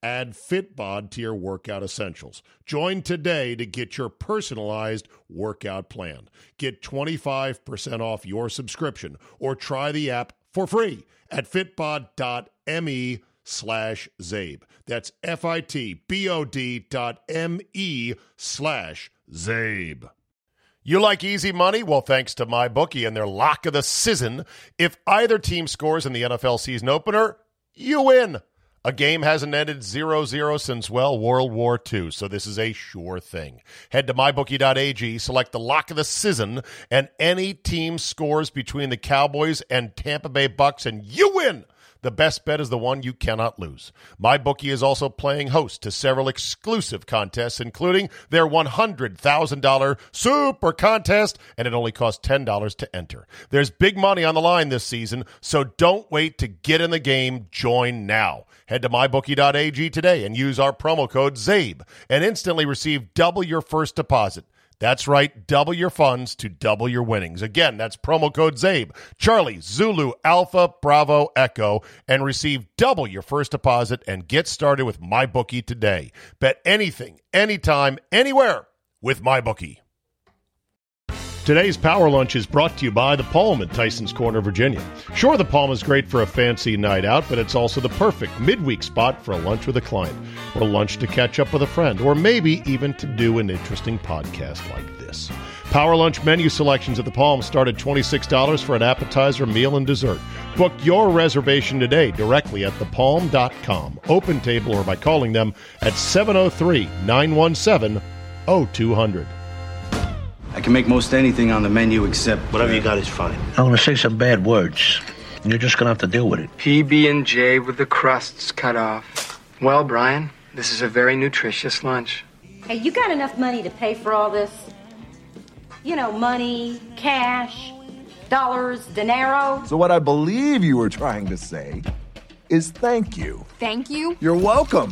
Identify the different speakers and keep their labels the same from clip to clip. Speaker 1: Add Fitbod to your workout essentials. Join today to get your personalized workout plan. Get 25% off your subscription or try the app for free at fitbod.me E slash Zabe. That's F-I-T-B-O-D dot M-E slash Zabe. You like easy money? Well, thanks to my bookie and their lock of the season, if either team scores in the NFL season opener, you win. A game hasn't ended 0 0 since, well, World War II, so this is a sure thing. Head to mybookie.ag, select the lock of the season, and any team scores between the Cowboys and Tampa Bay Bucks, and you win! The best bet is the one you cannot lose. MyBookie is also playing host to several exclusive contests, including their $100,000 Super Contest, and it only costs $10 to enter. There's big money on the line this season, so don't wait to get in the game. Join now. Head to mybookie.ag today and use our promo code ZABE and instantly receive double your first deposit. That's right, double your funds to double your winnings. Again, that's promo code ZABE, Charlie, Zulu, Alpha, Bravo, Echo, and receive double your first deposit and get started with MyBookie today. Bet anything, anytime, anywhere with MyBookie. Today's Power Lunch is brought to you by The Palm at Tyson's Corner, Virginia. Sure, The Palm is great for a fancy night out, but it's also the perfect midweek spot for a lunch with a client, or lunch to catch up with a friend, or maybe even to do an interesting podcast like this. Power Lunch menu selections at The Palm start at $26 for an appetizer, meal, and dessert. Book your reservation today directly at thepalm.com, open table, or by calling them at 703 917 0200.
Speaker 2: I can make most anything on the menu except uh,
Speaker 3: Whatever you got is fine.
Speaker 4: I'm gonna say some bad words. You're just gonna have to deal with it.
Speaker 5: PB and J with the crusts cut off. Well, Brian, this is a very nutritious lunch.
Speaker 6: Hey, you got enough money to pay for all this? You know, money, cash, dollars, dinero.
Speaker 7: So, what I believe you were trying to say is thank you.
Speaker 8: Thank you.
Speaker 7: You're welcome.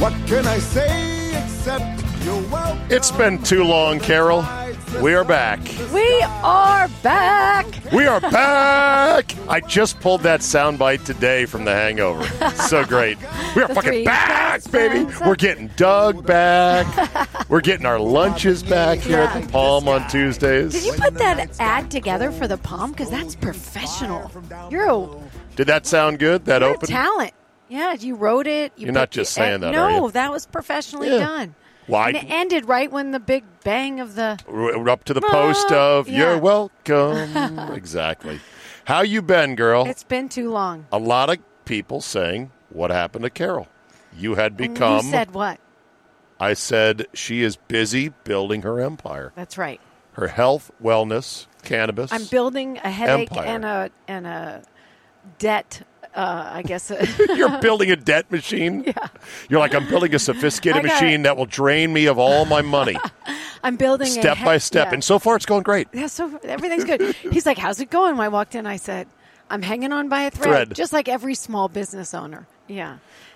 Speaker 7: What can I say except you're welcome?
Speaker 1: It's been too long, Carol. We are back.
Speaker 8: We are back.
Speaker 1: We are back. I just pulled that soundbite today from The Hangover. So great. We are
Speaker 8: The
Speaker 1: fucking
Speaker 8: three
Speaker 1: back,
Speaker 8: best
Speaker 1: baby.
Speaker 8: friends.
Speaker 1: We're getting Doug back. We're getting our lunches back here at the Palm on
Speaker 8: Did
Speaker 1: Tuesdays.
Speaker 8: you put that ad together for the palm? Because that's professional. You're a,
Speaker 1: Did that sound good? That
Speaker 8: you're a
Speaker 1: open?
Speaker 8: talent. Yeah, you wrote it. You
Speaker 1: You're not
Speaker 8: put the
Speaker 1: just saying
Speaker 8: ad-
Speaker 1: that, are
Speaker 8: No,
Speaker 1: you?
Speaker 8: that was professionally
Speaker 1: Yeah.
Speaker 8: done.
Speaker 1: Why- Oh.
Speaker 8: And it ended right when the big bang of the.
Speaker 1: We're up to the post of
Speaker 8: Yeah.
Speaker 1: "You're welcome." exactly. How you been, girl?
Speaker 8: It's been too long.
Speaker 1: a lot of people saying, "What happened to Carol?" You had
Speaker 8: You
Speaker 1: become.
Speaker 8: said what?
Speaker 1: I said she is busy building her empire.
Speaker 8: That's right.
Speaker 1: her health, wellness, cannabis.
Speaker 8: I'm building a headache
Speaker 1: Empire.
Speaker 8: and a and a debt. Uh, I guess.
Speaker 1: You're building a debt machine. Yeah. You're like I'm building a sophisticated
Speaker 8: I got
Speaker 1: machine
Speaker 8: it.
Speaker 1: that will drain me of all my money,
Speaker 8: I'm building a
Speaker 1: step
Speaker 8: he-
Speaker 1: by step.
Speaker 8: yeah.
Speaker 1: And so far, it's going great.
Speaker 8: yeah, so everything's good. He's like, "How's it going?" When I walked in, I said, "I'm hanging on by a thread,
Speaker 1: Thread.
Speaker 8: just like every small business owner." Yeah.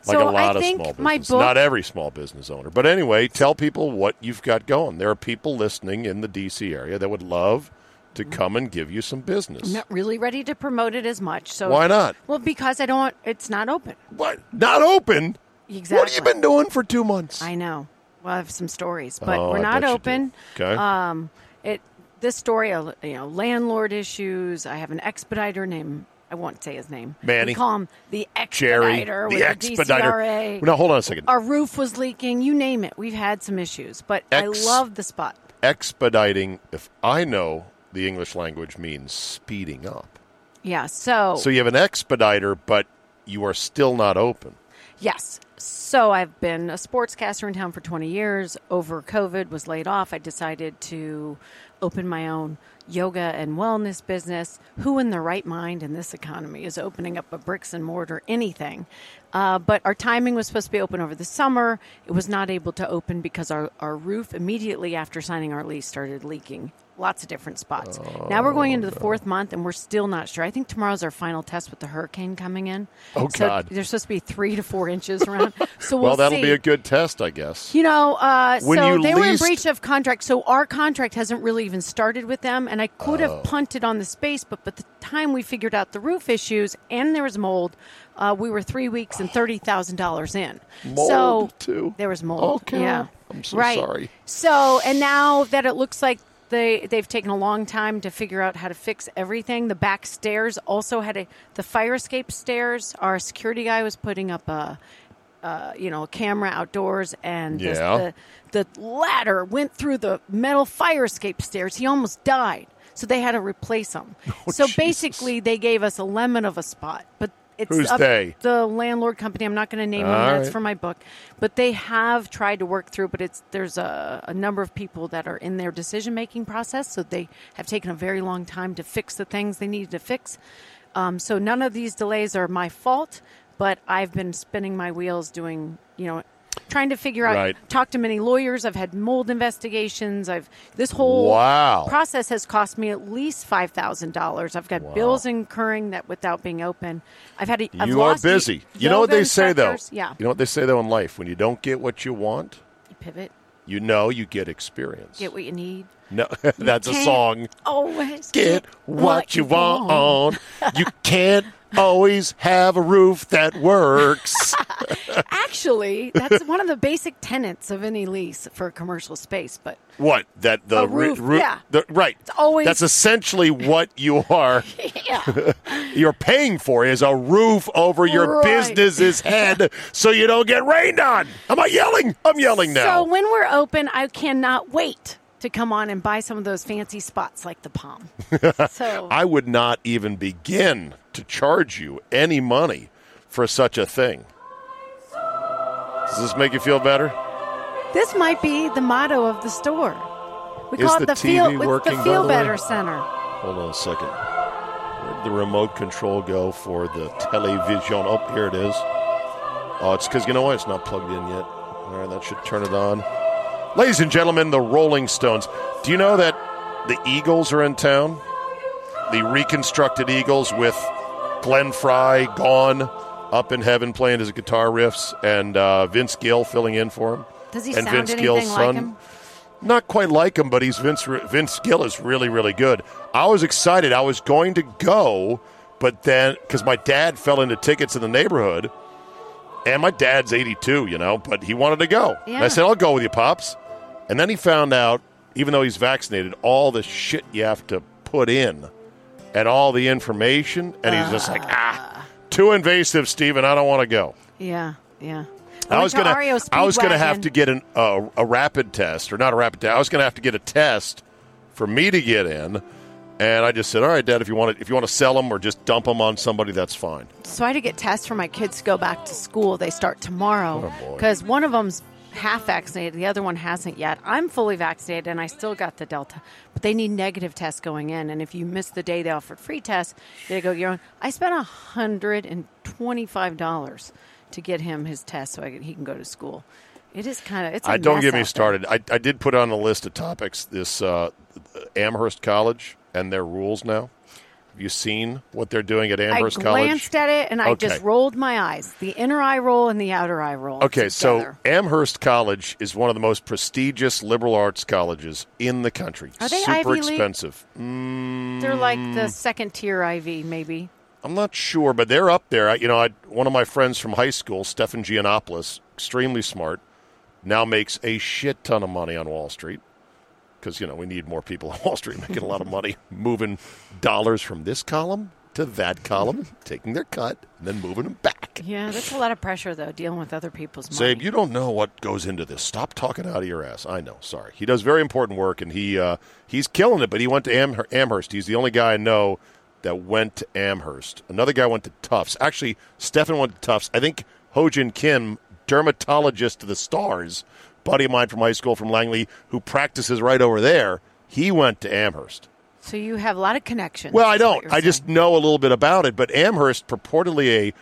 Speaker 1: Like
Speaker 8: so
Speaker 1: a lot
Speaker 8: I
Speaker 1: of
Speaker 8: think
Speaker 1: small
Speaker 8: my
Speaker 1: business,
Speaker 8: book.
Speaker 1: not every small business owner. But anyway, tell people what you've got going. There are people listening in the D.C. area that would love to come and give you some business.
Speaker 8: I'm not really ready to promote it as much. So
Speaker 1: Why not?
Speaker 8: Well, because I don't. want It's not open.
Speaker 1: What? Not open.
Speaker 8: Exactly.
Speaker 1: What have you been doing for two months?
Speaker 8: I know. Well, I have some stories, but
Speaker 1: Oh,
Speaker 8: we're
Speaker 1: I
Speaker 8: not
Speaker 1: bet you do.
Speaker 8: open.
Speaker 1: Okay.
Speaker 8: Um, it this story, uh, you know, landlord issues. I have an expediter named. I won't say his name.
Speaker 1: Manny.
Speaker 8: We call him the
Speaker 1: Jerry,
Speaker 8: expediter.
Speaker 1: the
Speaker 8: with
Speaker 1: expediter.
Speaker 8: DCRA.
Speaker 1: No, hold on a second.
Speaker 8: Our roof was leaking. You name it. We've had some issues, but
Speaker 1: Ex-
Speaker 8: I love the spot.
Speaker 1: Expediting, if I know the English language means speeding up.
Speaker 8: Yeah. So.
Speaker 1: So you have an expediter, but you are still not open.
Speaker 8: yes. So I've been a sportscaster in town for 20 years. Over COVID, was laid off. I decided to open my own yoga and wellness business. Who in their right mind in this economy is opening up a bricks and mortar anything? Uh, but our timing was supposed to be open over the summer. It was not able to open because our, our roof immediately after signing our lease started leaking. Lots of different spots. now we're
Speaker 9: Oh,
Speaker 8: going into the fourth month and we're still not sure. I think tomorrow's our final test with the hurricane coming in.
Speaker 9: Oh,
Speaker 8: So
Speaker 9: God.
Speaker 8: There's supposed to be three to four inches around. So we'll,
Speaker 1: well, that'll
Speaker 8: see.
Speaker 1: be a good test, I guess.
Speaker 8: You know, uh,
Speaker 1: When
Speaker 8: so
Speaker 1: you
Speaker 8: they were in
Speaker 1: leased-
Speaker 8: breach of contract. So our contract hasn't really even started with them, and I could
Speaker 1: Oh.
Speaker 8: have punted on the space, but by the time we figured out the roof issues and there was mold, uh, we were three weeks and thirty thousand dollars in. so
Speaker 1: Mold, too?
Speaker 8: There was mold.
Speaker 1: Okay.
Speaker 8: Yeah.
Speaker 1: I'm so
Speaker 8: right.
Speaker 1: sorry.
Speaker 8: So and now that it looks like. They, they've taken a long time to figure out how to fix everything. The back stairs also had a the fire escape stairs. Our security guy was putting up a uh, you know, a camera outdoors, and this-
Speaker 1: Yeah.
Speaker 8: the, the ladder went through the metal fire escape stairs. He almost died, so they had to replace him. so
Speaker 1: Oh, Jesus.
Speaker 8: basically, they gave us a lemon of a spot, but. It's
Speaker 1: Who's
Speaker 8: up-
Speaker 1: they?
Speaker 8: The landlord company. I'm not going to name
Speaker 1: All
Speaker 8: them. That's
Speaker 1: right.
Speaker 8: for my book. But they have tried to work through. But it's there's a, a number of people that are in their decision making process. So they have taken a very long time to fix the things they needed to fix. Um, so none of these delays are my fault, but I've been spinning my wheels doing, you know, trying to figure out.
Speaker 1: Right.
Speaker 8: Talked to many lawyers. I've had mold investigations. I've this whole
Speaker 1: Wow.
Speaker 8: process has cost me at least five thousand dollars. I've got bills incurring that without being open. I've had. A, I've
Speaker 1: you are
Speaker 8: lost y-
Speaker 1: busy. You know what
Speaker 8: yoga
Speaker 1: they say though.
Speaker 8: instructors. Yeah.
Speaker 1: You know what they say though in life when you don't get what you want,
Speaker 8: You pivot.
Speaker 1: you know you get experience.
Speaker 8: Get what you need.
Speaker 1: no, that's a
Speaker 8: Can't
Speaker 1: song.
Speaker 8: Always
Speaker 1: Get what you want. you can't always have a roof that works.
Speaker 8: Actually, that's one of the basic tenets of any lease for a commercial space. But
Speaker 1: What that the
Speaker 8: A
Speaker 1: ri-
Speaker 8: roof,
Speaker 1: ru-
Speaker 8: yeah.
Speaker 1: the- right. It's
Speaker 8: always-
Speaker 1: that's essentially what you are. you're paying for is a roof over your
Speaker 8: Right.
Speaker 1: business's head, so you don't get rained on. Am I yelling? I'm yelling now.
Speaker 8: So when we're open, I cannot wait to come on and buy some of those fancy spots like the Palm. so
Speaker 1: I would not even begin to charge you any money for such a thing. Does this make you feel better?
Speaker 8: this might be the motto of the store. We
Speaker 1: Is
Speaker 8: call
Speaker 1: the
Speaker 8: it the feel
Speaker 1: TV
Speaker 8: it's
Speaker 1: working, by
Speaker 8: the feel
Speaker 1: the way?
Speaker 8: better center.
Speaker 1: Hold on a second. Where'd the remote control go for the television? Oh, here it is. Oh, it's because you know what? It's not plugged in yet. All right, that should turn it on. Ladies and gentlemen, the Rolling Stones. Do you know that the Eagles are in town? The reconstructed Eagles with Glenn Fry gone up in heaven playing his guitar riffs and uh, Vince Gill filling in for him.
Speaker 8: Does he
Speaker 1: and
Speaker 8: sound
Speaker 1: Vince
Speaker 8: anything
Speaker 1: Gill's
Speaker 8: like
Speaker 1: son
Speaker 8: him?
Speaker 1: not quite like him, but he's Vince. Vince Gill is really, really good. I was excited. I was going to go, but then because my dad fell into tickets in the neighborhood, and my dad's 82, you know, but he wanted to go. And I
Speaker 8: Yeah.
Speaker 1: said, "I'll go with you, pops." And then he found out, even though he's vaccinated, all the shit you have to put in, and all the information, and he's just like, "Ah, too invasive, Steven. I don't want to go."
Speaker 8: Yeah, yeah.
Speaker 1: I,
Speaker 8: went
Speaker 1: was
Speaker 8: to
Speaker 1: gonna,
Speaker 8: REO
Speaker 1: I was gonna have
Speaker 8: Speedwagon.
Speaker 1: to get an, uh, a rapid test, or not a rapid test. I was gonna have to get a test for me to get in, and I just said, "All right, Dad, if you want to, if you want to sell them or just dump them on somebody, that's fine."
Speaker 8: So I had to get tests for my kids to go back to school. They start tomorrow
Speaker 1: Oh, boy.
Speaker 8: because one of them's half vaccinated, the other one hasn't yet. I'm fully vaccinated and I still got the Delta, but they need negative tests going in. And if you miss the day they offered free tests, they go get your own. I spent hundred and twenty-five dollars to get him his test so I can, he can go to school. It is kind of it's. I
Speaker 1: I don't get me started. I, I did put on a list of topics this uh, Amherst College and their rules now. Have you seen what they're doing at
Speaker 8: I
Speaker 1: Amherst College?
Speaker 8: glanced at it and I just
Speaker 1: Okay.
Speaker 8: rolled my eyes. The inner eye roll and the outer eye roll.
Speaker 1: Okay,
Speaker 8: together.
Speaker 1: so Amherst College is one of the most prestigious liberal arts colleges in the country.
Speaker 8: Are they Ivy
Speaker 1: Super
Speaker 8: League?
Speaker 1: expensive.
Speaker 8: They're like
Speaker 1: mm.
Speaker 8: the second tier IV, maybe.
Speaker 1: I'm not sure, but they're up there. I, you know, I, one of my friends from high school, Stefan Giannopoulos, extremely smart, now makes a shit ton of money on Wall Street because you know we need more people on Wall Street making a lot of money, moving dollars from this column to that column, taking their cut, and then moving them back.
Speaker 8: Yeah, that's a lot of pressure though, dealing with other people's money.
Speaker 1: Zabe, you don't know what goes into this. Stop talking out of your ass. I know. Sorry. He does very important work, and he uh, he's killing it. But he went to Amher- Amherst. He's the only guy I know that went to Amherst. Another guy went to Tufts. Actually, Stefan went to Tufts. I think Hojin Kim dermatologist to the stars, buddy of mine from high school from Langley, who practices right over there. He went to Amherst.
Speaker 8: So you have a lot of connections.
Speaker 1: Well, I
Speaker 8: is what
Speaker 1: don't.
Speaker 8: you're
Speaker 1: I just
Speaker 8: saying.
Speaker 1: know a little bit about it. But Amherst, purportedly a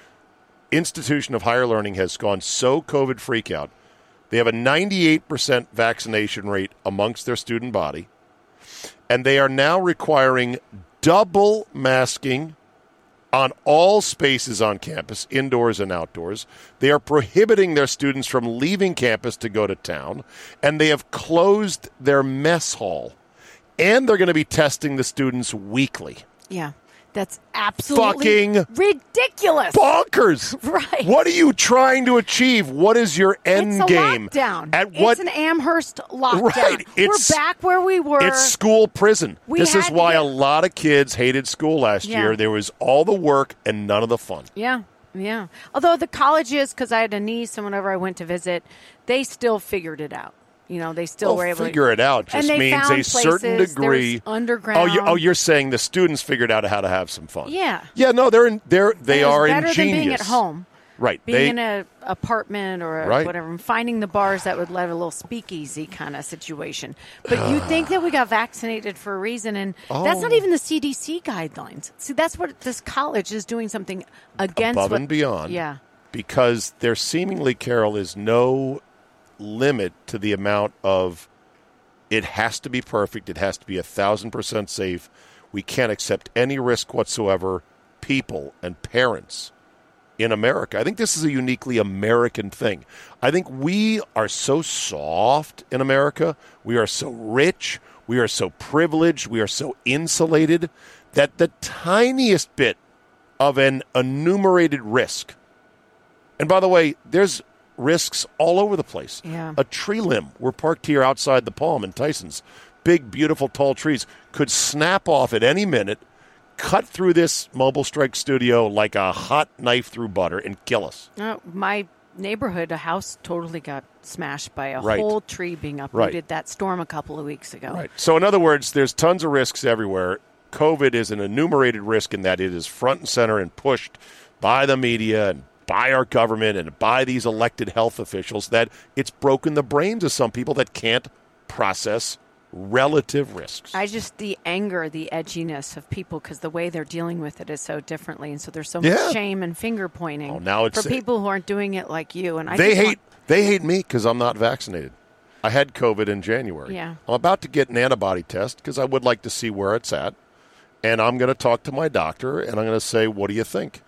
Speaker 1: institution of higher learning, has gone so COVID freak out. They have a 98% vaccination rate amongst their student body. And they are now requiring double masking on all spaces on campus, indoors and outdoors. They are prohibiting their students from leaving campus to go to town. And they have closed their mess hall. And they're going to be testing the students weekly.
Speaker 8: Yeah, that's absolutely
Speaker 1: Fucking
Speaker 8: ridiculous.
Speaker 1: bonkers.
Speaker 8: Right.
Speaker 1: What are you trying to achieve? What is your end
Speaker 8: it's a
Speaker 1: game?
Speaker 8: lockdown.
Speaker 1: At what?
Speaker 8: It's an Amherst lockdown.
Speaker 1: Right, it's-
Speaker 8: We're back where we were.
Speaker 1: it's school prison.
Speaker 8: We
Speaker 1: this
Speaker 8: had
Speaker 1: is
Speaker 8: to
Speaker 1: why
Speaker 8: get-
Speaker 1: a lot of kids hated school last
Speaker 8: Yeah.
Speaker 1: year. There was all the work and none of the fun.
Speaker 8: Yeah, yeah. Although the colleges, because I had a niece, and whenever I went to visit, they still figured it out. You know, they still
Speaker 1: Well,
Speaker 8: were able
Speaker 1: Oh, figure
Speaker 8: to
Speaker 1: it out
Speaker 8: And
Speaker 1: just
Speaker 8: they
Speaker 1: means
Speaker 8: found
Speaker 1: a certain
Speaker 8: places. There was
Speaker 1: degree
Speaker 8: underground.
Speaker 1: Oh, you, oh, you're saying the students figured out how to have some fun.
Speaker 8: Yeah.
Speaker 1: Yeah. No, they're in. They're they
Speaker 8: It was
Speaker 1: are
Speaker 8: better
Speaker 1: ingenious.
Speaker 8: than being at home.
Speaker 1: Right.
Speaker 8: Being
Speaker 1: they,
Speaker 8: in an apartment or a
Speaker 1: Right.
Speaker 8: whatever, and finding the bars that would let a little speakeasy kind of situation. But you think that we got vaccinated for a reason, and that's not
Speaker 1: Oh.
Speaker 8: even the CDC guidelines. See, that's what this college is doing something against.
Speaker 1: above
Speaker 8: what-
Speaker 1: and beyond.
Speaker 8: Yeah.
Speaker 1: Because there seemingly, Carol, is no limit to the amount of it has to be perfect. It has to be a thousand percent safe. We can't accept any risk whatsoever. People and parents in America. I think this is a uniquely American thing. I think we are so soft in America. We are so rich. We are so privileged. We are so insulated that the tiniest bit of an enumerated risk, and by the way, there's risks all over the place.
Speaker 8: Yeah.
Speaker 1: A tree limb, we're parked here outside the Palm in Tyson's, big, beautiful, tall trees, could snap off at any minute cut through this mobile strike studio like a hot knife through butter and kill us.
Speaker 8: Uh, my neighborhood, a house totally got smashed by a
Speaker 1: Right.
Speaker 8: whole tree being uprooted that storm a couple of weeks ago.
Speaker 1: So, in other words, there's tons of risks everywhere. COVID is an enumerated risk in that it is front and center and pushed by the media and by our government and by these elected health officials that it's broken the brains of some people that can't process relative risks.
Speaker 8: I just the anger, the edginess of people because the way they're dealing with it is so differently, and so there's so
Speaker 1: Yeah.
Speaker 8: much shame and finger pointing.
Speaker 1: Oh, now it's-
Speaker 8: for people who aren't doing it like you. And I
Speaker 1: they
Speaker 8: just
Speaker 1: hate
Speaker 8: want-
Speaker 1: they hate me because I'm not vaccinated. I had COVID in January.
Speaker 8: Yeah.
Speaker 1: I'm about to get an antibody test because I would like to see where it's at, and I'm going to talk to my doctor and I'm going to say, "What do you think?"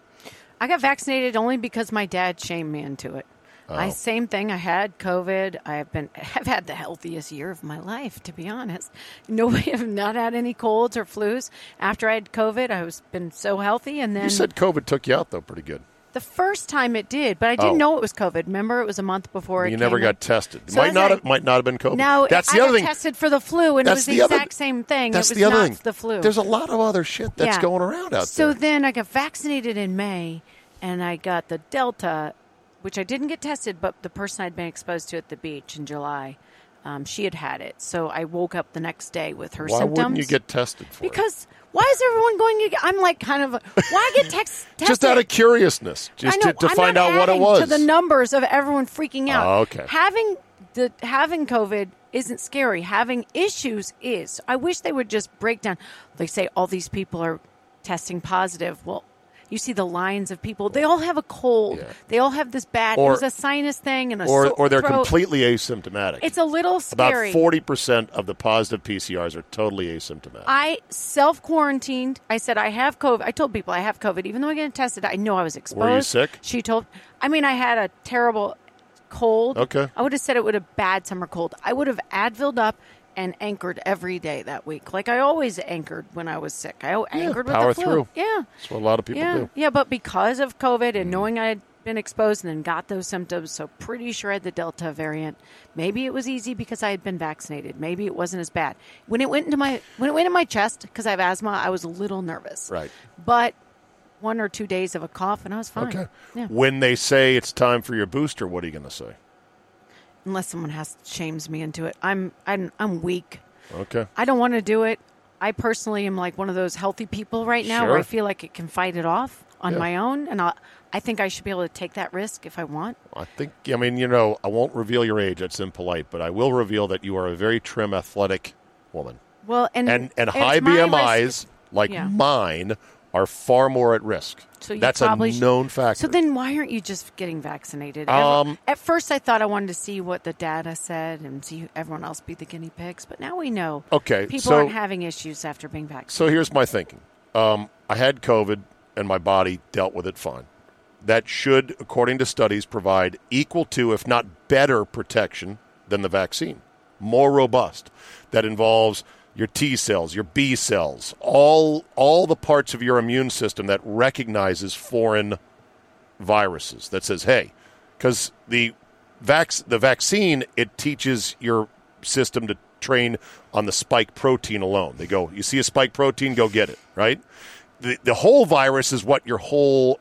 Speaker 8: I got vaccinated only because my dad shamed me into it.
Speaker 1: Oh.
Speaker 8: I same thing. I had COVID. I've been have had the healthiest year of my life, to be honest. No, I have not had any colds or flus. After I had COVID, I was been so healthy, and then
Speaker 1: you said COVID took you out though, pretty good.
Speaker 8: the first time it did, but I didn't
Speaker 1: Oh.
Speaker 8: know it was COVID. Remember, it was a month before. it
Speaker 1: You never
Speaker 8: came
Speaker 1: got
Speaker 8: in.
Speaker 1: tested. It
Speaker 8: So
Speaker 1: might
Speaker 8: as
Speaker 1: not
Speaker 8: I-
Speaker 1: have, might not have been COVID.
Speaker 8: No,
Speaker 1: that's
Speaker 8: I
Speaker 1: the
Speaker 8: got
Speaker 1: other thing.
Speaker 8: tested for the flu, and
Speaker 1: that's
Speaker 8: it was the,
Speaker 1: other-
Speaker 8: exact same thing.
Speaker 1: That's
Speaker 8: it was
Speaker 1: the other
Speaker 8: not
Speaker 1: thing.
Speaker 8: the flu.
Speaker 1: There's a lot of other shit that's
Speaker 8: Yeah.
Speaker 1: going around out
Speaker 8: so
Speaker 1: there.
Speaker 8: then I got vaccinated in May, and I got the Delta, which I didn't get tested, but the person I'd been exposed to at the beach in July, um, she had had it. So I woke up the next day with her
Speaker 1: Why
Speaker 8: symptoms.
Speaker 1: wouldn't you get tested for it?
Speaker 8: Because why is everyone going? To, I'm like kind of why get tex- tested?
Speaker 1: just out of curiousness, just
Speaker 8: I know,
Speaker 1: to, to
Speaker 8: I'm
Speaker 1: find
Speaker 8: not
Speaker 1: out what it
Speaker 8: adding
Speaker 1: was.
Speaker 8: To the numbers of everyone freaking out.
Speaker 1: Oh, okay.
Speaker 8: Having the having COVID isn't scary. Having issues is. I wish they would just break down. They say all these people are testing positive. Well, you see the lines of people. They all have a cold.
Speaker 1: Yeah.
Speaker 8: They all have this bad.
Speaker 1: Or-
Speaker 8: it was a sinus thing and a
Speaker 1: or
Speaker 8: sore
Speaker 1: or they're
Speaker 8: throat.
Speaker 1: completely asymptomatic.
Speaker 8: It's a little scary.
Speaker 1: About forty percent of the positive PCRs are totally asymptomatic.
Speaker 8: I self quarantined. I said I have COVID. I told people I have COVID, even though I get tested. I know I was exposed.
Speaker 1: sick?
Speaker 8: She told. I mean, I had a terrible cold.
Speaker 1: Okay.
Speaker 8: I would have said it would have bad summer cold. I would have Advilled up and anchored every day that week, like I always anchored when I was sick. I anchored
Speaker 1: power
Speaker 8: with the flu.
Speaker 1: through.
Speaker 8: Yeah,
Speaker 1: That's what a lot of people
Speaker 8: yeah,
Speaker 1: do. Mm.
Speaker 8: yeah. But because of COVID and knowing I had been exposed and then got those symptoms, so pretty sure I had the Delta variant. Maybe it was easy because I had been vaccinated. Maybe it wasn't as bad. When it went into my when it went in my chest because I have asthma, I was a little nervous.
Speaker 1: Right.
Speaker 8: But one or two days of a cough and I was fine.
Speaker 1: Okay.
Speaker 8: Yeah.
Speaker 1: When they say it's time for your booster, what are you going to say?
Speaker 8: Unless someone has shames me into it, I'm I'm I'm weak.
Speaker 1: Okay.
Speaker 8: I don't want to do it. I personally am like one of those healthy people right now
Speaker 1: Sure.
Speaker 8: where I feel like it can fight it off. on
Speaker 1: Yeah.
Speaker 8: my own, and I'll, I think I should be able to take that risk if I want.
Speaker 1: I think, I mean, you know, I won't reveal your age. That's impolite, but I will reveal that you are a very trim, athletic woman.
Speaker 8: Well, and
Speaker 1: And, and
Speaker 8: Mm-hmm. it's
Speaker 1: high
Speaker 8: my
Speaker 1: BMIs,
Speaker 8: risk.
Speaker 1: like
Speaker 8: yeah.
Speaker 1: mine, are far more at risk.
Speaker 8: So you
Speaker 1: That's a
Speaker 8: probably sh-
Speaker 1: known factor.
Speaker 8: So then, why aren't you just getting vaccinated?
Speaker 1: Um,
Speaker 8: At first, I thought I wanted to see what the data said and see everyone else be the guinea pigs, but now we know.
Speaker 1: Okay,
Speaker 8: people
Speaker 1: so-
Speaker 8: aren't having issues after being vaccinated.
Speaker 1: So here's my thinking. Um, I had COVID and my body dealt with it fine. That should, according to studies, provide equal to, if not better, protection than the vaccine. More robust. That involves your T cells, your B cells, all all the parts of your immune system that recognizes foreign viruses. That says, hey, because the vac- the vaccine it teaches your system to train on the spike protein alone. They go, you see a spike protein, go get it, right? The the whole virus is what your whole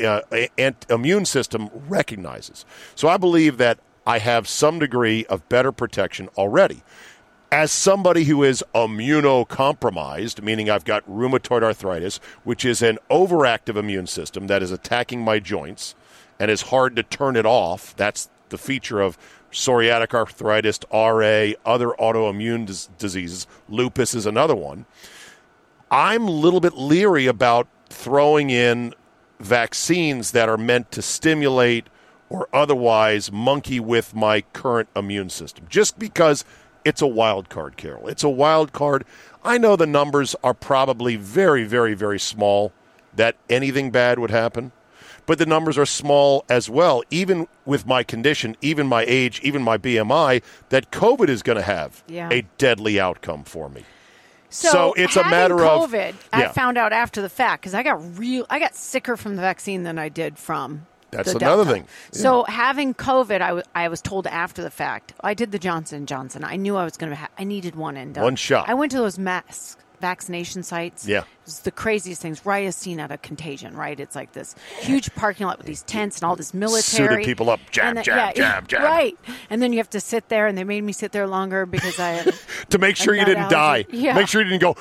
Speaker 1: uh, a- ant- immune system recognizes. So I believe that I have some degree of better protection already. As somebody who is immunocompromised, meaning I've got rheumatoid arthritis, which is an overactive immune system that is attacking my joints and is hard to turn it off, that's the feature of psoriatic arthritis, RA, other autoimmune dis- diseases. Lupus is another one. I'm a little bit leery about throwing in vaccines that are meant to stimulate or otherwise monkey with my current immune system just because it's a wild card, Carol. It's a wild card. I know the numbers are probably very, very, very small that anything bad would happen, but the numbers are small as well, even with my condition, even my age, even my BMI, that COVID is going to have
Speaker 8: Yeah.
Speaker 1: a deadly outcome for me.
Speaker 8: So,
Speaker 1: So it's a
Speaker 8: having
Speaker 1: matter of-
Speaker 8: COVID.
Speaker 1: Yeah.
Speaker 8: I found out after the fact because I got real. I got sicker from the vaccine than I did from.
Speaker 1: That's
Speaker 8: the
Speaker 1: another
Speaker 8: Delta.
Speaker 1: thing.
Speaker 8: So having COVID, I wa- I was told after the fact. I did the Johnson and Johnson. I knew I was going to. Ha- I needed one and done.
Speaker 1: One shot.
Speaker 8: I went to those mass vaccination sites.
Speaker 1: Yeah.
Speaker 8: it's the craziest things. Right as seen out of Contagion. Right, it's like this huge parking lot with these tents and all this military
Speaker 1: people up. Jab,
Speaker 8: And
Speaker 1: jab, jab, jab.
Speaker 8: Right, and then you have to sit there, and they made me sit there longer because I.
Speaker 1: to make sure you
Speaker 8: Like that
Speaker 1: didn't die.
Speaker 8: allergy. Yeah.
Speaker 1: Make sure you didn't go.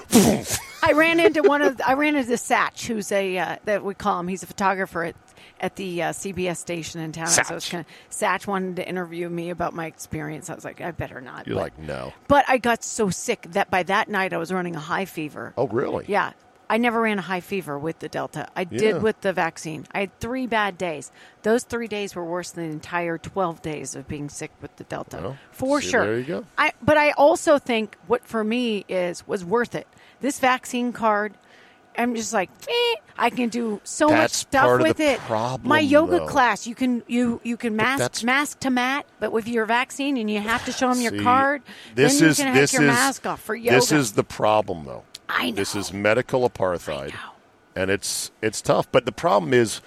Speaker 8: I ran into one of I ran into Satch, who's a uh, that we call him. He's a photographer at at the uh, CBS station in town. So I was
Speaker 1: Satch.
Speaker 8: kinda, Satch wanted to interview me about my experience. I was like, I better not.
Speaker 1: You're
Speaker 8: but-
Speaker 1: like, no.
Speaker 8: But I got so sick that by that night I was running a high fever.
Speaker 1: Oh, really?
Speaker 8: Yeah. I never ran a high fever with the Delta. I
Speaker 1: Yeah.
Speaker 8: did with the vaccine. I had three bad days. Those three days were worse than the entire 12 days of being sick with the Delta.
Speaker 1: Well,
Speaker 8: for
Speaker 1: see,
Speaker 8: sure.
Speaker 1: there you go.
Speaker 8: I, but I also think what for me is was worth it. This vaccine card, I'm just like, eh, I can do so much
Speaker 1: That's
Speaker 8: stuff
Speaker 1: part of
Speaker 8: with
Speaker 1: the
Speaker 8: it.
Speaker 1: problem,
Speaker 8: My yoga
Speaker 1: though.
Speaker 8: class, you can you you can mask
Speaker 1: that's-
Speaker 8: mask to mat, but with your vaccine and you have to show them your
Speaker 1: See,
Speaker 8: card.
Speaker 1: This
Speaker 8: then
Speaker 1: is
Speaker 8: you can
Speaker 1: this
Speaker 8: have your
Speaker 1: is
Speaker 8: mask off for yoga.
Speaker 1: this is the problem, though.
Speaker 8: I know.
Speaker 1: This is medical apartheid, and it's it's tough. But the problem is,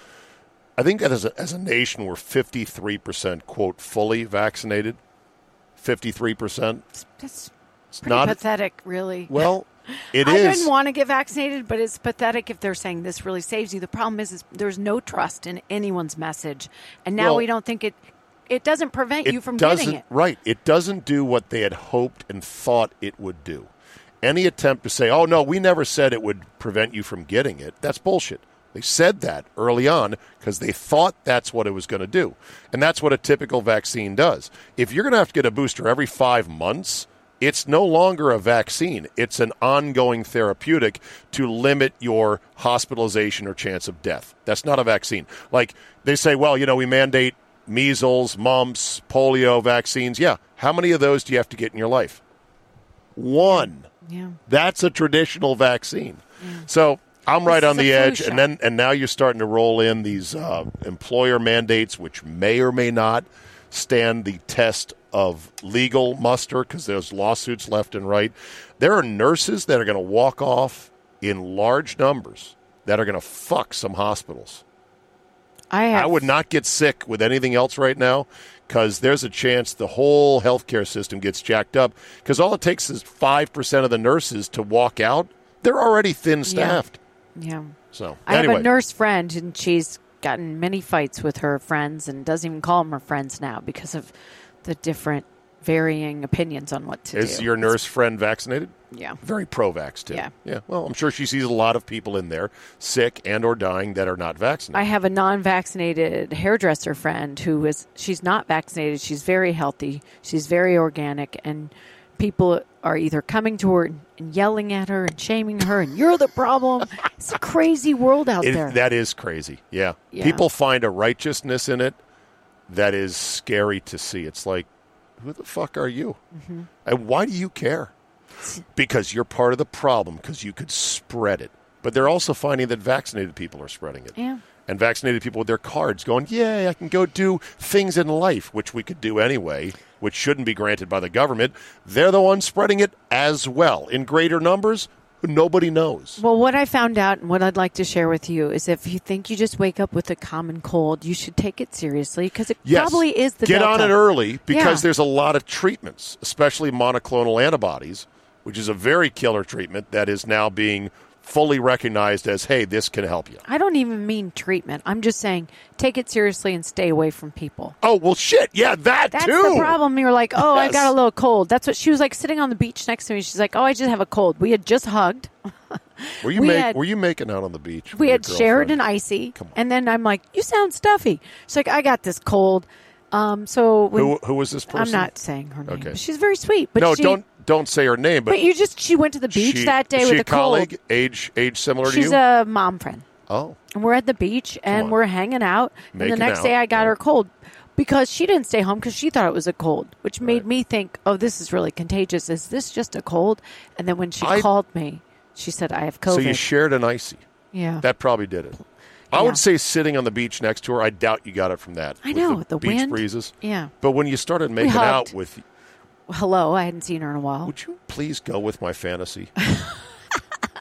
Speaker 1: I think that as a, as a nation, we're fifty three percent quote fully vaccinated. Fifty three percent.
Speaker 8: That's
Speaker 1: It's
Speaker 8: pretty
Speaker 1: not
Speaker 8: pathetic, really.
Speaker 1: well. It
Speaker 8: I
Speaker 1: is.
Speaker 8: didn't want to get vaccinated, but it's pathetic if they're saying this really saves you. The problem is, is there's no trust in anyone's message, and now
Speaker 1: Well,
Speaker 8: we don't think it. It doesn't prevent you from
Speaker 1: doesn't,
Speaker 8: getting it.
Speaker 1: Right. It doesn't do what they had hoped and thought it would do. Any attempt to say, oh, no, we never said it would prevent you from getting it, that's bullshit. They said that early on because they thought that's what it was going to do. And that's what a typical vaccine does. If you're going to have to get a booster every five months, it's no longer a vaccine. It's an ongoing therapeutic to limit your hospitalization or chance of death. That's not a vaccine. Like they say, well, you know, we mandate measles, mumps, polio vaccines. Yeah. How many of those do you have to get in your life? One.
Speaker 8: Yeah.
Speaker 1: That's a traditional vaccine. So I'm right
Speaker 8: This
Speaker 1: on
Speaker 8: is
Speaker 1: the
Speaker 8: a Mm. flu
Speaker 1: edge,
Speaker 8: shot.
Speaker 1: and then and now you're starting to roll in these uh, employer mandates, which may or may not stand the test of legal muster because there's lawsuits left and right. There are nurses that are going to walk off in large numbers that are going to fuck some hospitals.
Speaker 8: I have.
Speaker 1: I would not get sick with anything else right now because there's a chance the whole healthcare system gets jacked up because all it takes is 5% of the nurses to walk out. They're already thin staffed.
Speaker 8: Yeah.
Speaker 1: So,
Speaker 8: I
Speaker 1: anyway,
Speaker 8: have a nurse friend, and she's gotten many fights with her friends, and doesn't even call them her friends now because of the different varying opinions on what to
Speaker 1: Is
Speaker 8: do.
Speaker 1: your nurse friend vaccinated?
Speaker 8: yeah.
Speaker 1: Very pro-vax too.
Speaker 8: Yeah.
Speaker 1: Yeah. Well, I'm sure she sees a lot of people in there sick and or dying that are not vaccinated.
Speaker 8: I have a non-vaccinated hairdresser friend who is she's not vaccinated. She's very healthy. She's very organic and people are either coming to her and yelling at her and shaming her and you're the problem. It's a crazy world out
Speaker 1: It-
Speaker 8: there.
Speaker 1: that is crazy. Yeah.
Speaker 8: Yeah.
Speaker 1: People find a righteousness in it that is scary to see. It's like, who the fuck are you?
Speaker 8: Mm-hmm.
Speaker 1: And why do you care? Because you're part of the problem because you could spread it. But they're also finding that vaccinated people are spreading it.
Speaker 8: Yeah.
Speaker 1: And vaccinated people with their cards going, yeah, I can go do things in life, which we could do anyway, which shouldn't be granted by the government. They're the ones spreading it as well in greater numbers. Nobody knows.
Speaker 8: Well, what I found out and what I'd like to share with you is if you think you just wake up with a common cold, you should take it seriously because it
Speaker 1: Yes.
Speaker 8: probably is the
Speaker 1: get
Speaker 8: Delta.
Speaker 1: on it early because
Speaker 8: Yeah.
Speaker 1: there's a lot of treatments, especially monoclonal antibodies, which is a very killer treatment that is now being fully recognized as hey, this can help you.
Speaker 8: I don't even mean treatment. I'm just saying take it seriously and stay away from people.
Speaker 1: Oh well, shit, yeah, that
Speaker 8: That's
Speaker 1: too.
Speaker 8: the problem. You're like, oh, I
Speaker 1: Yes.
Speaker 8: got a little cold. That's what she was like sitting on the beach next to me. She's like, oh, I just have a cold. We had just hugged.
Speaker 1: Were you
Speaker 8: We
Speaker 1: make,
Speaker 8: had-
Speaker 1: were you making out on the beach?
Speaker 8: We
Speaker 1: with
Speaker 8: had
Speaker 1: your
Speaker 8: shared an
Speaker 1: girlfriend?
Speaker 8: icy.
Speaker 1: Come on.
Speaker 8: And then I'm like, you sound stuffy. She's like, I got this cold. Um, so when,
Speaker 1: Who who was this person?
Speaker 8: I'm not saying her name.
Speaker 1: Okay.
Speaker 8: She's very sweet, but
Speaker 1: no,
Speaker 8: she,
Speaker 1: don't don't say her name. But,
Speaker 8: But you just she went to the beach
Speaker 1: she-
Speaker 8: that day
Speaker 1: is she
Speaker 8: with
Speaker 1: a
Speaker 8: a
Speaker 1: colleague,
Speaker 8: cold.
Speaker 1: age age similar to
Speaker 8: She's
Speaker 1: you.
Speaker 8: a mom friend.
Speaker 1: oh,
Speaker 8: And we're at the beach
Speaker 1: on.
Speaker 8: and we're hanging out. and the
Speaker 1: Making
Speaker 8: next day
Speaker 1: out,
Speaker 8: I got
Speaker 1: right.
Speaker 8: her cold because she didn't stay home because she thought it was a cold, which made me think, oh, this is really contagious. Is this just a cold? And then when she
Speaker 1: I-
Speaker 8: called me, she said, I have COVID.
Speaker 1: so you shared an icy.
Speaker 8: yeah.
Speaker 1: That probably did it. I
Speaker 8: Yeah.
Speaker 1: would say sitting on the beach next to her. I doubt you got it from that.
Speaker 8: I
Speaker 1: with
Speaker 8: know,
Speaker 1: the,
Speaker 8: the
Speaker 1: beach
Speaker 8: wind.
Speaker 1: breezes.
Speaker 8: Yeah.
Speaker 1: but when you started making out
Speaker 8: hugged.
Speaker 1: with,
Speaker 8: Hello. I hadn't seen her in a while.
Speaker 1: would you please go with my fantasy? I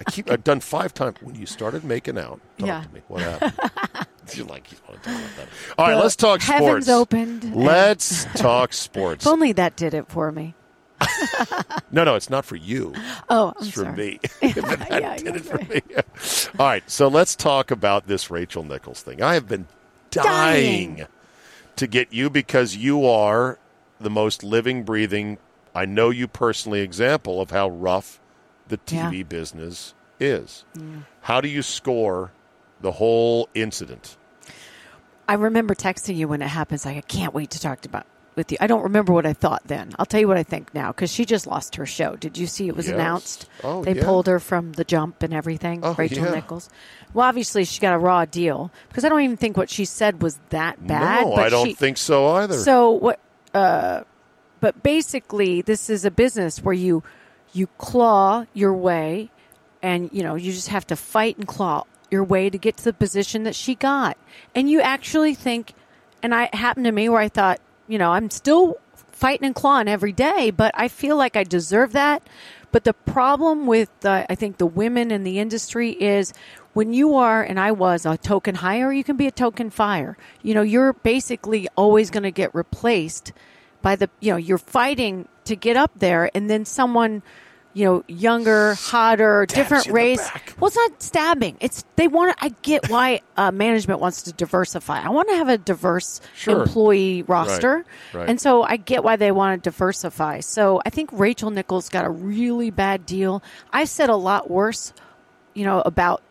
Speaker 1: keep. I've done five times. When you started making out, talk
Speaker 8: Yeah.
Speaker 1: to me. What happened? you like you want to talk about that? All right, let's talk
Speaker 8: heavens
Speaker 1: sports.
Speaker 8: opened and-
Speaker 1: Let's talk sports.
Speaker 8: If only that did it for me.
Speaker 1: No, no, it's not for you.
Speaker 8: Oh, I'm
Speaker 1: It's for
Speaker 8: sorry.
Speaker 1: me.
Speaker 8: Yeah, yeah, yeah.
Speaker 1: All right, so let's talk about this Rachel Nichols thing. I have been dying,
Speaker 8: Dying.
Speaker 1: to get you because you are the most living, breathing, I know you personally, example of how rough the TV
Speaker 8: Yeah.
Speaker 1: business is. How do you score the whole incident?
Speaker 8: I remember texting you when it happens. Like, I can't wait to talk about with you. I don't remember what I thought then. I'll tell you what I think now because she just lost her show. Did you see it was
Speaker 1: Yes.
Speaker 8: announced?
Speaker 1: Oh,
Speaker 8: they
Speaker 1: yeah.
Speaker 8: pulled her from the jump and everything.
Speaker 1: Oh,
Speaker 8: Rachel
Speaker 1: yeah.
Speaker 8: Nichols. Well, obviously she got a raw deal because I don't even think what she said was that bad.
Speaker 1: no,
Speaker 8: but
Speaker 1: I don't
Speaker 8: she-
Speaker 1: think so either.
Speaker 8: so what? Uh, but basically, this is a business where you you claw your way, and you know you just have to fight and claw your way to get to the position that she got. And you actually think, and I it happened to me where I thought, you know, I'm still fighting and clawing every day, but I feel like I deserve that. But the problem with uh, I think the women in the industry is when you are and I was a token hire, you can be a token fire. You know, you're basically always going to get replaced by the you know you're fighting to get up there, and then someone you know younger, hotter, different
Speaker 1: you in the
Speaker 8: race.
Speaker 1: back.
Speaker 8: Well, it's not stabbing. It's they want. to I get why uh, management wants to diversify. I want to have a diverse
Speaker 1: Sure.
Speaker 8: employee roster,
Speaker 1: right.
Speaker 8: and so I get why they want to diversify. So I think Rachel Nichols got a really bad deal. I said a lot worse, you know, about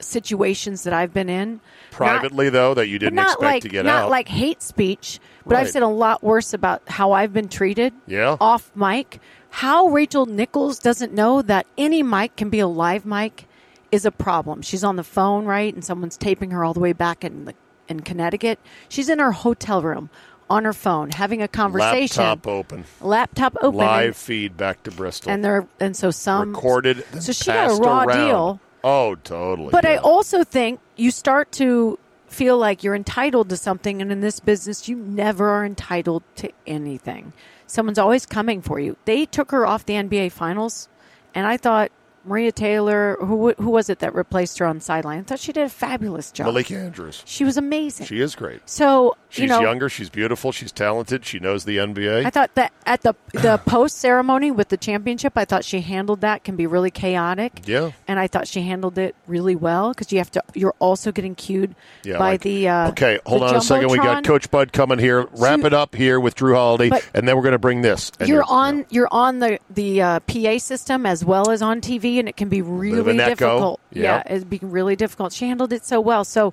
Speaker 8: situations that I've been in Not-
Speaker 1: Privately, though, that you
Speaker 8: but
Speaker 1: didn't
Speaker 8: not
Speaker 1: expect
Speaker 8: like
Speaker 1: to get
Speaker 8: not
Speaker 1: out.
Speaker 8: like hate speech, but I've
Speaker 1: Right.
Speaker 8: said a lot worse about how I've been treated.
Speaker 1: Yeah.
Speaker 8: off mic, how Rachel Nichols doesn't know that any mic can be a live mic is a problem. She's on the phone, right, and someone's taping her all the way back in the in Connecticut. She's in her hotel room on her phone having a conversation,
Speaker 1: Laptop open.
Speaker 8: laptop open,
Speaker 1: Live feed back to Bristol.
Speaker 8: and, and they're and so some
Speaker 1: recorded. then
Speaker 8: Um, So she got a
Speaker 1: passed
Speaker 8: raw
Speaker 1: around.
Speaker 8: deal.
Speaker 1: Oh, totally.
Speaker 8: But I
Speaker 1: yeah.
Speaker 8: also think you start to feel like you're entitled to something, and in this business, you never are entitled to anything. Someone's always coming for you. They took her off the NBA Finals, and I thought, Maria Taylor, who who was it that replaced her on sideline? I thought she did a fabulous job.
Speaker 1: Malika Andrews.
Speaker 8: She was amazing.
Speaker 1: She is great.
Speaker 8: so
Speaker 1: She's
Speaker 8: you know,
Speaker 1: younger. She's beautiful. She's talented. She knows the NBA.
Speaker 8: I thought that at the the post ceremony with the championship, I thought she handled that can be really chaotic.
Speaker 1: Yeah.
Speaker 8: and I thought she handled it really well because you have to. You're also getting cued
Speaker 1: yeah,
Speaker 8: by
Speaker 1: like-
Speaker 8: the. Uh,
Speaker 1: okay, hold
Speaker 8: the
Speaker 1: on a second. We got
Speaker 8: Jumbotron.
Speaker 1: Coach Bud coming here. Wrap
Speaker 8: you-
Speaker 1: it up here with Drew Holiday,
Speaker 8: But-
Speaker 1: and then we're going to bring this. And
Speaker 8: You're
Speaker 1: yeah.
Speaker 8: on. You're on the the uh, PA system as well as on TV, and it can be really
Speaker 1: an echo.
Speaker 8: difficult.
Speaker 1: Yeah.
Speaker 8: Yeah, it'd be really difficult. She handled it so well. So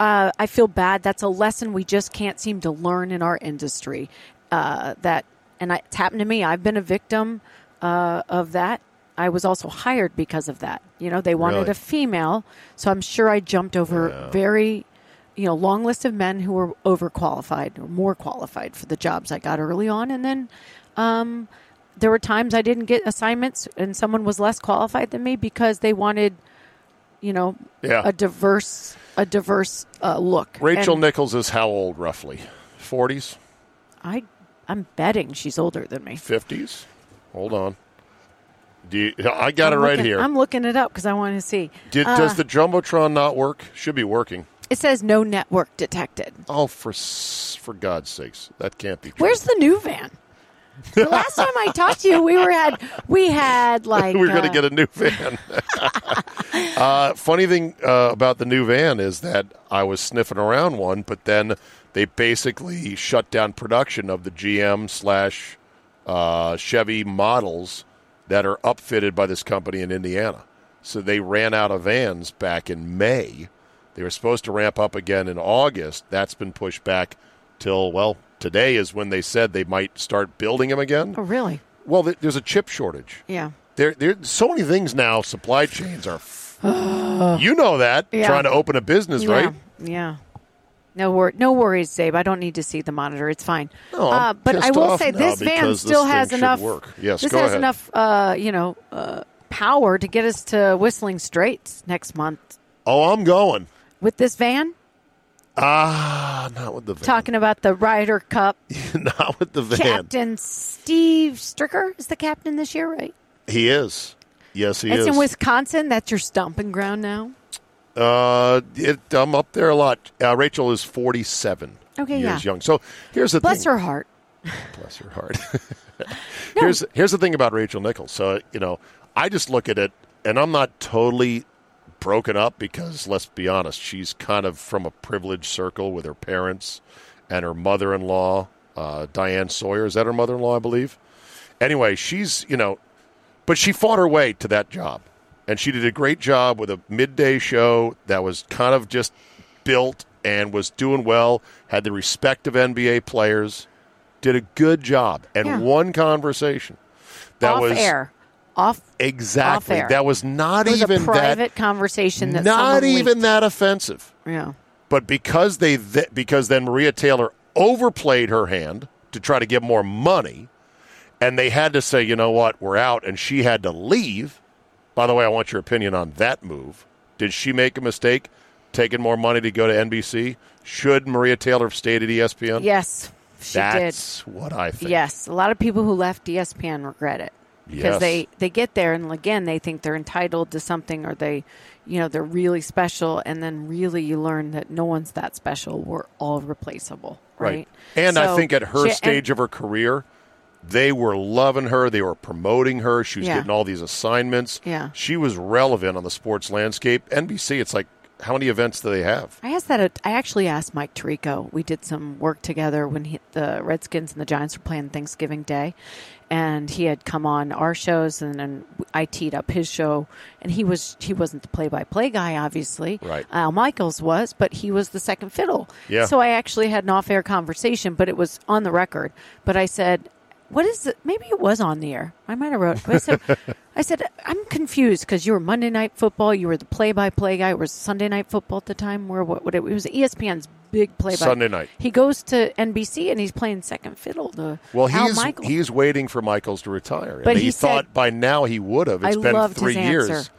Speaker 8: uh, I feel bad. That's a lesson we just can't seem to learn in our industry. Uh, that and I, it's happened to me. I've been a victim uh, of that. I was also hired because of that. You know, they wanted
Speaker 1: Really?
Speaker 8: a female, so I'm sure I jumped over very. You know, long list of men who were overqualified or more qualified for the jobs I got early on, and then um, there were times I didn't get assignments, and someone was less qualified than me because they wanted, you know,
Speaker 1: Yeah.
Speaker 8: a diverse a diverse uh, look.
Speaker 1: Rachel
Speaker 8: And
Speaker 1: Nichols is how old roughly? 40s,
Speaker 8: I I'm betting she's older than me.
Speaker 1: 50s? Hold on. Do you, I got
Speaker 8: I'm
Speaker 1: it right
Speaker 8: looking-
Speaker 1: here.
Speaker 8: I'm looking it up because I want to see.
Speaker 1: Did,
Speaker 8: Uh,
Speaker 1: does the jumbotron not work? Should be working.
Speaker 8: it says no network detected.
Speaker 1: Oh, for s- for God's sakes, that can't be. True.
Speaker 8: Where's the new van? The last time I talked to you, we were had we had like
Speaker 1: We're going
Speaker 8: uh,
Speaker 1: to get a new van. uh, funny thing uh, about the new van is that I was sniffing around one, but then they basically shut down production of the GM slash uh, Chevy models that are upfitted by this company in Indiana. So they ran out of vans back in May. They were supposed to ramp up again in August. That's been pushed back till well today is when they said they might start building them again.
Speaker 8: Oh, really?
Speaker 1: Well, th- there's a chip shortage.
Speaker 8: Yeah.
Speaker 1: There, there's so many things now. Supply chains are, f- you know that.
Speaker 8: Yeah.
Speaker 1: Trying to open a business,
Speaker 8: yeah.
Speaker 1: right?
Speaker 8: Yeah. No wor- no worries, Zabe. I don't need to see the monitor. It's fine.
Speaker 1: No, I'm
Speaker 8: uh, but I
Speaker 1: pissed
Speaker 8: will
Speaker 1: off
Speaker 8: say
Speaker 1: now
Speaker 8: this van
Speaker 1: because this
Speaker 8: still
Speaker 1: thing
Speaker 8: has
Speaker 1: should
Speaker 8: enough.
Speaker 1: work. Yes,
Speaker 8: this
Speaker 1: go
Speaker 8: has
Speaker 1: ahead.
Speaker 8: enough. Uh, you know, uh, power to get us to Whistling Straits next month
Speaker 1: Oh, I'm going.
Speaker 8: with this van.
Speaker 1: Ah, not with the van.
Speaker 8: Talking about the Ryder Cup,
Speaker 1: not with the van.
Speaker 8: Captain Steve Stricker is the captain this year, right?
Speaker 1: He is. Yes, he
Speaker 8: it's
Speaker 1: is.
Speaker 8: in Wisconsin. That's your stomping ground now.
Speaker 1: uh, it, I'm up there a lot. Uh, Rachel is 47.
Speaker 8: Okay,
Speaker 1: years
Speaker 8: yeah.
Speaker 1: young. So here's the
Speaker 8: Bless
Speaker 1: thing.
Speaker 8: her heart.
Speaker 1: Bless your heart. here's here's the thing about Rachel Nichols. So you know, I just look at it, and I'm not totally broken up because let's be honest, she's kind of from a privileged circle with her parents and her mother-in-law, uh, Diane Sawyer. Is that her mother-in-law? I believe. Anyway, she's you know, but she fought her way to that job, and she did a great job with a midday show that was kind of just built and was doing well. Had the respect of NBA players. Did a good job and
Speaker 8: Yeah.
Speaker 1: one conversation that
Speaker 8: off
Speaker 1: was
Speaker 8: air, off.
Speaker 1: exactly
Speaker 8: Off air.
Speaker 1: that was not
Speaker 8: It was
Speaker 1: even
Speaker 8: a private
Speaker 1: that
Speaker 8: conversation that
Speaker 1: not
Speaker 8: someone
Speaker 1: even
Speaker 8: leaked.
Speaker 1: that offensive.
Speaker 8: Yeah.
Speaker 1: But because they th- because then Maria Taylor overplayed her hand to try to get more money, and they had to say, you know what, we're out, and she had to leave. By the way, I want your opinion on that move. Did she make a mistake taking more money to go to NBC? Should Maria Taylor have stayed at E ESPN?
Speaker 8: Yes, she
Speaker 1: that's what I
Speaker 8: did.
Speaker 1: think.
Speaker 8: Yes, a lot of people who left E ESPN regret it because
Speaker 1: Yes.
Speaker 8: they they get there and again they think they're entitled to something or they, you know, they're really special and then really you learn that no one's that special. We're all replaceable, right?
Speaker 1: And I
Speaker 8: So
Speaker 1: think at her
Speaker 8: she- and-
Speaker 1: stage of her career, they were loving her. They were promoting her. She was
Speaker 8: Yeah.
Speaker 1: getting all these assignments.
Speaker 8: Yeah.
Speaker 1: She was relevant on the sports landscape. NBC, it's like, how many events do they have?
Speaker 8: I asked that. at- I actually asked Mike Tirico. We did some work together when he, the Redskins and the Giants were playing Thanksgiving Day, and he had come on our shows, and then I teed up his show. And he was he wasn't the play by play guy, obviously. Uh,
Speaker 1: Right.
Speaker 8: Al Michaels was, but he was the second fiddle.
Speaker 1: Yeah.
Speaker 8: So I actually had an off air conversation, but it was on the record. But I said. What is it? Maybe it was on the air. I might have wrote. But I said, I said I'm confused because you were Monday Night Football. You were the play-by-play guy. It was Sunday Night Football at the time. Where what? What it, was E ESPN's big play-by.
Speaker 1: Sunday night.
Speaker 8: He goes to NBC and he's playing second fiddle to
Speaker 1: Well,
Speaker 8: Al
Speaker 1: he's
Speaker 8: Michael.
Speaker 1: he's waiting for Michaels to retire.
Speaker 8: But
Speaker 1: And
Speaker 8: he
Speaker 1: he thought
Speaker 8: said-
Speaker 1: by now he would have. It's
Speaker 8: I
Speaker 1: been
Speaker 8: loved his
Speaker 1: three years.
Speaker 8: answer.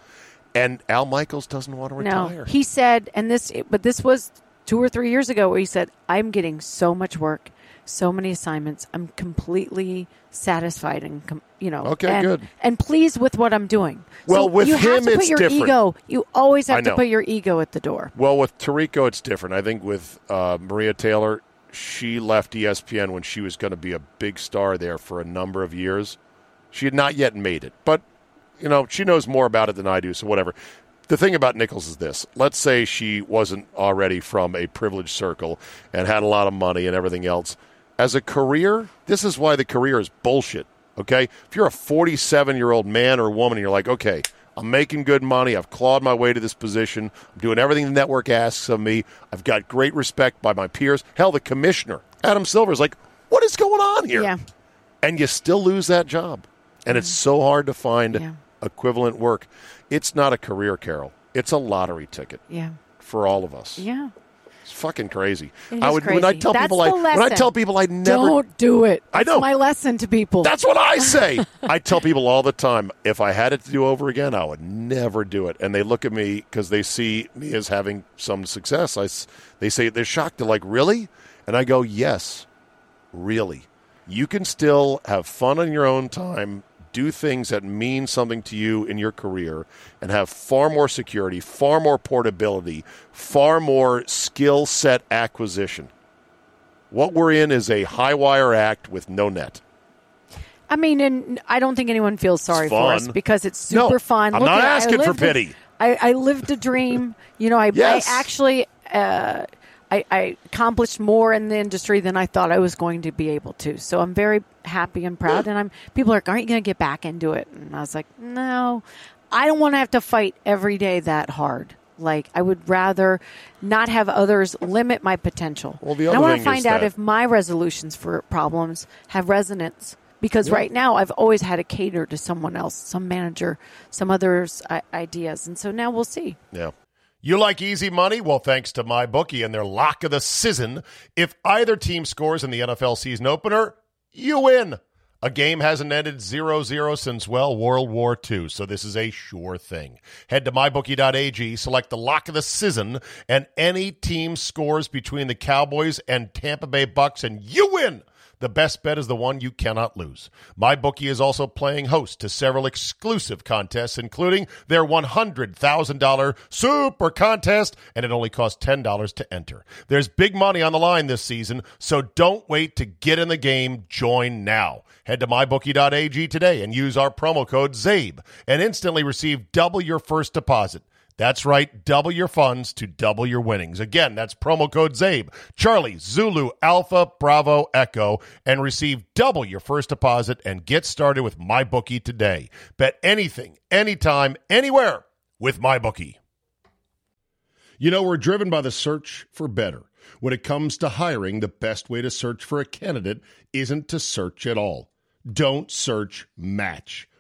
Speaker 1: And Al Michaels doesn't want to
Speaker 8: no,
Speaker 1: retire.
Speaker 8: he said, and this, but this was two or three years ago where he said, "I'm getting so much work." so many assignments. I'm completely satisfied and com- you know
Speaker 10: Okay,
Speaker 8: and,
Speaker 10: good.
Speaker 8: and pleased with what I'm doing.
Speaker 10: Well,
Speaker 8: so
Speaker 10: with
Speaker 8: you have
Speaker 10: him,
Speaker 8: to put
Speaker 10: it's
Speaker 8: your
Speaker 10: different.
Speaker 8: ego. You always
Speaker 10: I
Speaker 8: have
Speaker 10: know.
Speaker 8: to put your ego at the door.
Speaker 10: Well, with Tariko, it's different. I think with uh, Maria Taylor, she left
Speaker 1: E
Speaker 10: ESPN when she was going to be a big star there for a number of years. She had not yet made it, but you know she knows more about it than I do. So whatever. The thing about Nichols is this: let's say she wasn't already from a privileged circle and had a lot of money and everything else. As a career, this is why the career is bullshit. Okay, if you're a 47 year old man or woman, you're like, okay, I'm making good money. I've clawed my way to this position. I'm doing everything the network asks of me. I've got great respect by my peers. Hell, the commissioner, Adam Silver, is like, what is going on here?
Speaker 8: Yeah.
Speaker 10: And you still lose that job. And it's so hard to find
Speaker 8: Mm-hmm. Yeah.
Speaker 10: equivalent work. It's not a career, Carol. It's a lottery ticket
Speaker 8: Yeah.
Speaker 10: for all of us.
Speaker 8: Yeah.
Speaker 10: It's fucking crazy.
Speaker 8: It
Speaker 10: I
Speaker 8: is
Speaker 10: would when I
Speaker 8: crazy.
Speaker 10: tell
Speaker 8: That's
Speaker 10: people I
Speaker 8: the
Speaker 10: when I
Speaker 8: lesson.
Speaker 10: tell people I never
Speaker 8: Don't do it.
Speaker 10: I
Speaker 8: That's
Speaker 10: know.
Speaker 8: my lesson to people.
Speaker 10: That's what I say. I tell people all the time if I had it to do over again, I would never do it. And they look at me because they see me as having some success. I, s- they say they're shocked. They're like, really? And I go, yes, really. You can still have fun on your own time, do things that mean something to you in your career, and have far more security, far more portability, far more skill set acquisition. What we're in is a high wire act with no net.
Speaker 8: I mean, and I don't think anyone feels sorry for us
Speaker 10: fun.
Speaker 8: because it's
Speaker 10: No,
Speaker 8: super fun.
Speaker 10: I'm
Speaker 8: Look
Speaker 10: not
Speaker 8: at- I
Speaker 10: asking for
Speaker 8: lived a-
Speaker 10: pity.
Speaker 8: I, I lived a dream. You know, I,
Speaker 10: Yes.
Speaker 8: I actually uh, I, I accomplished more in the industry than I thought I was going to be able to. So I'm very happy and proud. And I'm people are like, aren't you going to get back into it? And I was like, no, I don't want to have to fight every day that hard. Like I would rather not have others limit my potential.
Speaker 10: Well, the
Speaker 8: And I
Speaker 10: other
Speaker 8: wanna
Speaker 10: thing is
Speaker 8: find out
Speaker 10: that-
Speaker 8: if my resolutions for problems have resonance because right now I've always had to cater to someone else, some manager, some others' i- ideas, and so now we'll see.
Speaker 10: Yeah.
Speaker 1: You like easy money? Well, thanks to my bookie and their lock of the season, if either team scores in the NFL season opener, you win. A game hasn't ended 0-0 since well World War II, so this is a sure thing. Head to mybookie.ag, select the lock of the season, and any team scores between the Cowboys and Tampa Bay Bucks and you win. The best bet is the one you cannot lose. MyBookie is also playing host to several exclusive contests, including their $100,000 Super Contest, and it only costs $10 to enter. There's big money on the line this season, so don't wait to get in the game. Join now. Head to mybookie.ag today and use our promo code ZABE and instantly receive double your first deposit. That's right, double your funds to double your winnings. Again, that's promo code ZABE, Charlie, Zulu, Alpha, Bravo, Echo, and receive double your first deposit and get started with MyBookie today. Bet anything, anytime, anywhere with MyBookie. You know, we're driven by the search for better. When it comes to hiring, the best way to search for a candidate isn't to search at all. Don't search match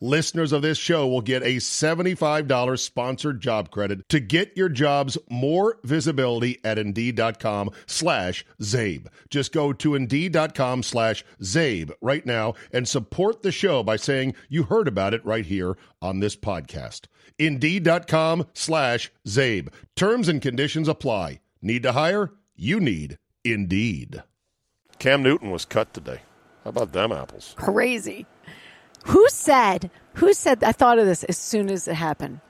Speaker 1: Listeners of this show will get a $75 sponsored job credit to get your jobs more visibility at Indeed.com slash Zabe. Just go to Indeed.com slash Zabe right now and support the show by saying you heard about it right here on this podcast. Indeed.com slash Zabe. Terms and conditions apply. Need to hire? You need Indeed.
Speaker 10: Cam Newton was cut today. How about them apples?
Speaker 8: Crazy. Who said? Who said? I thought of this as soon as it happened.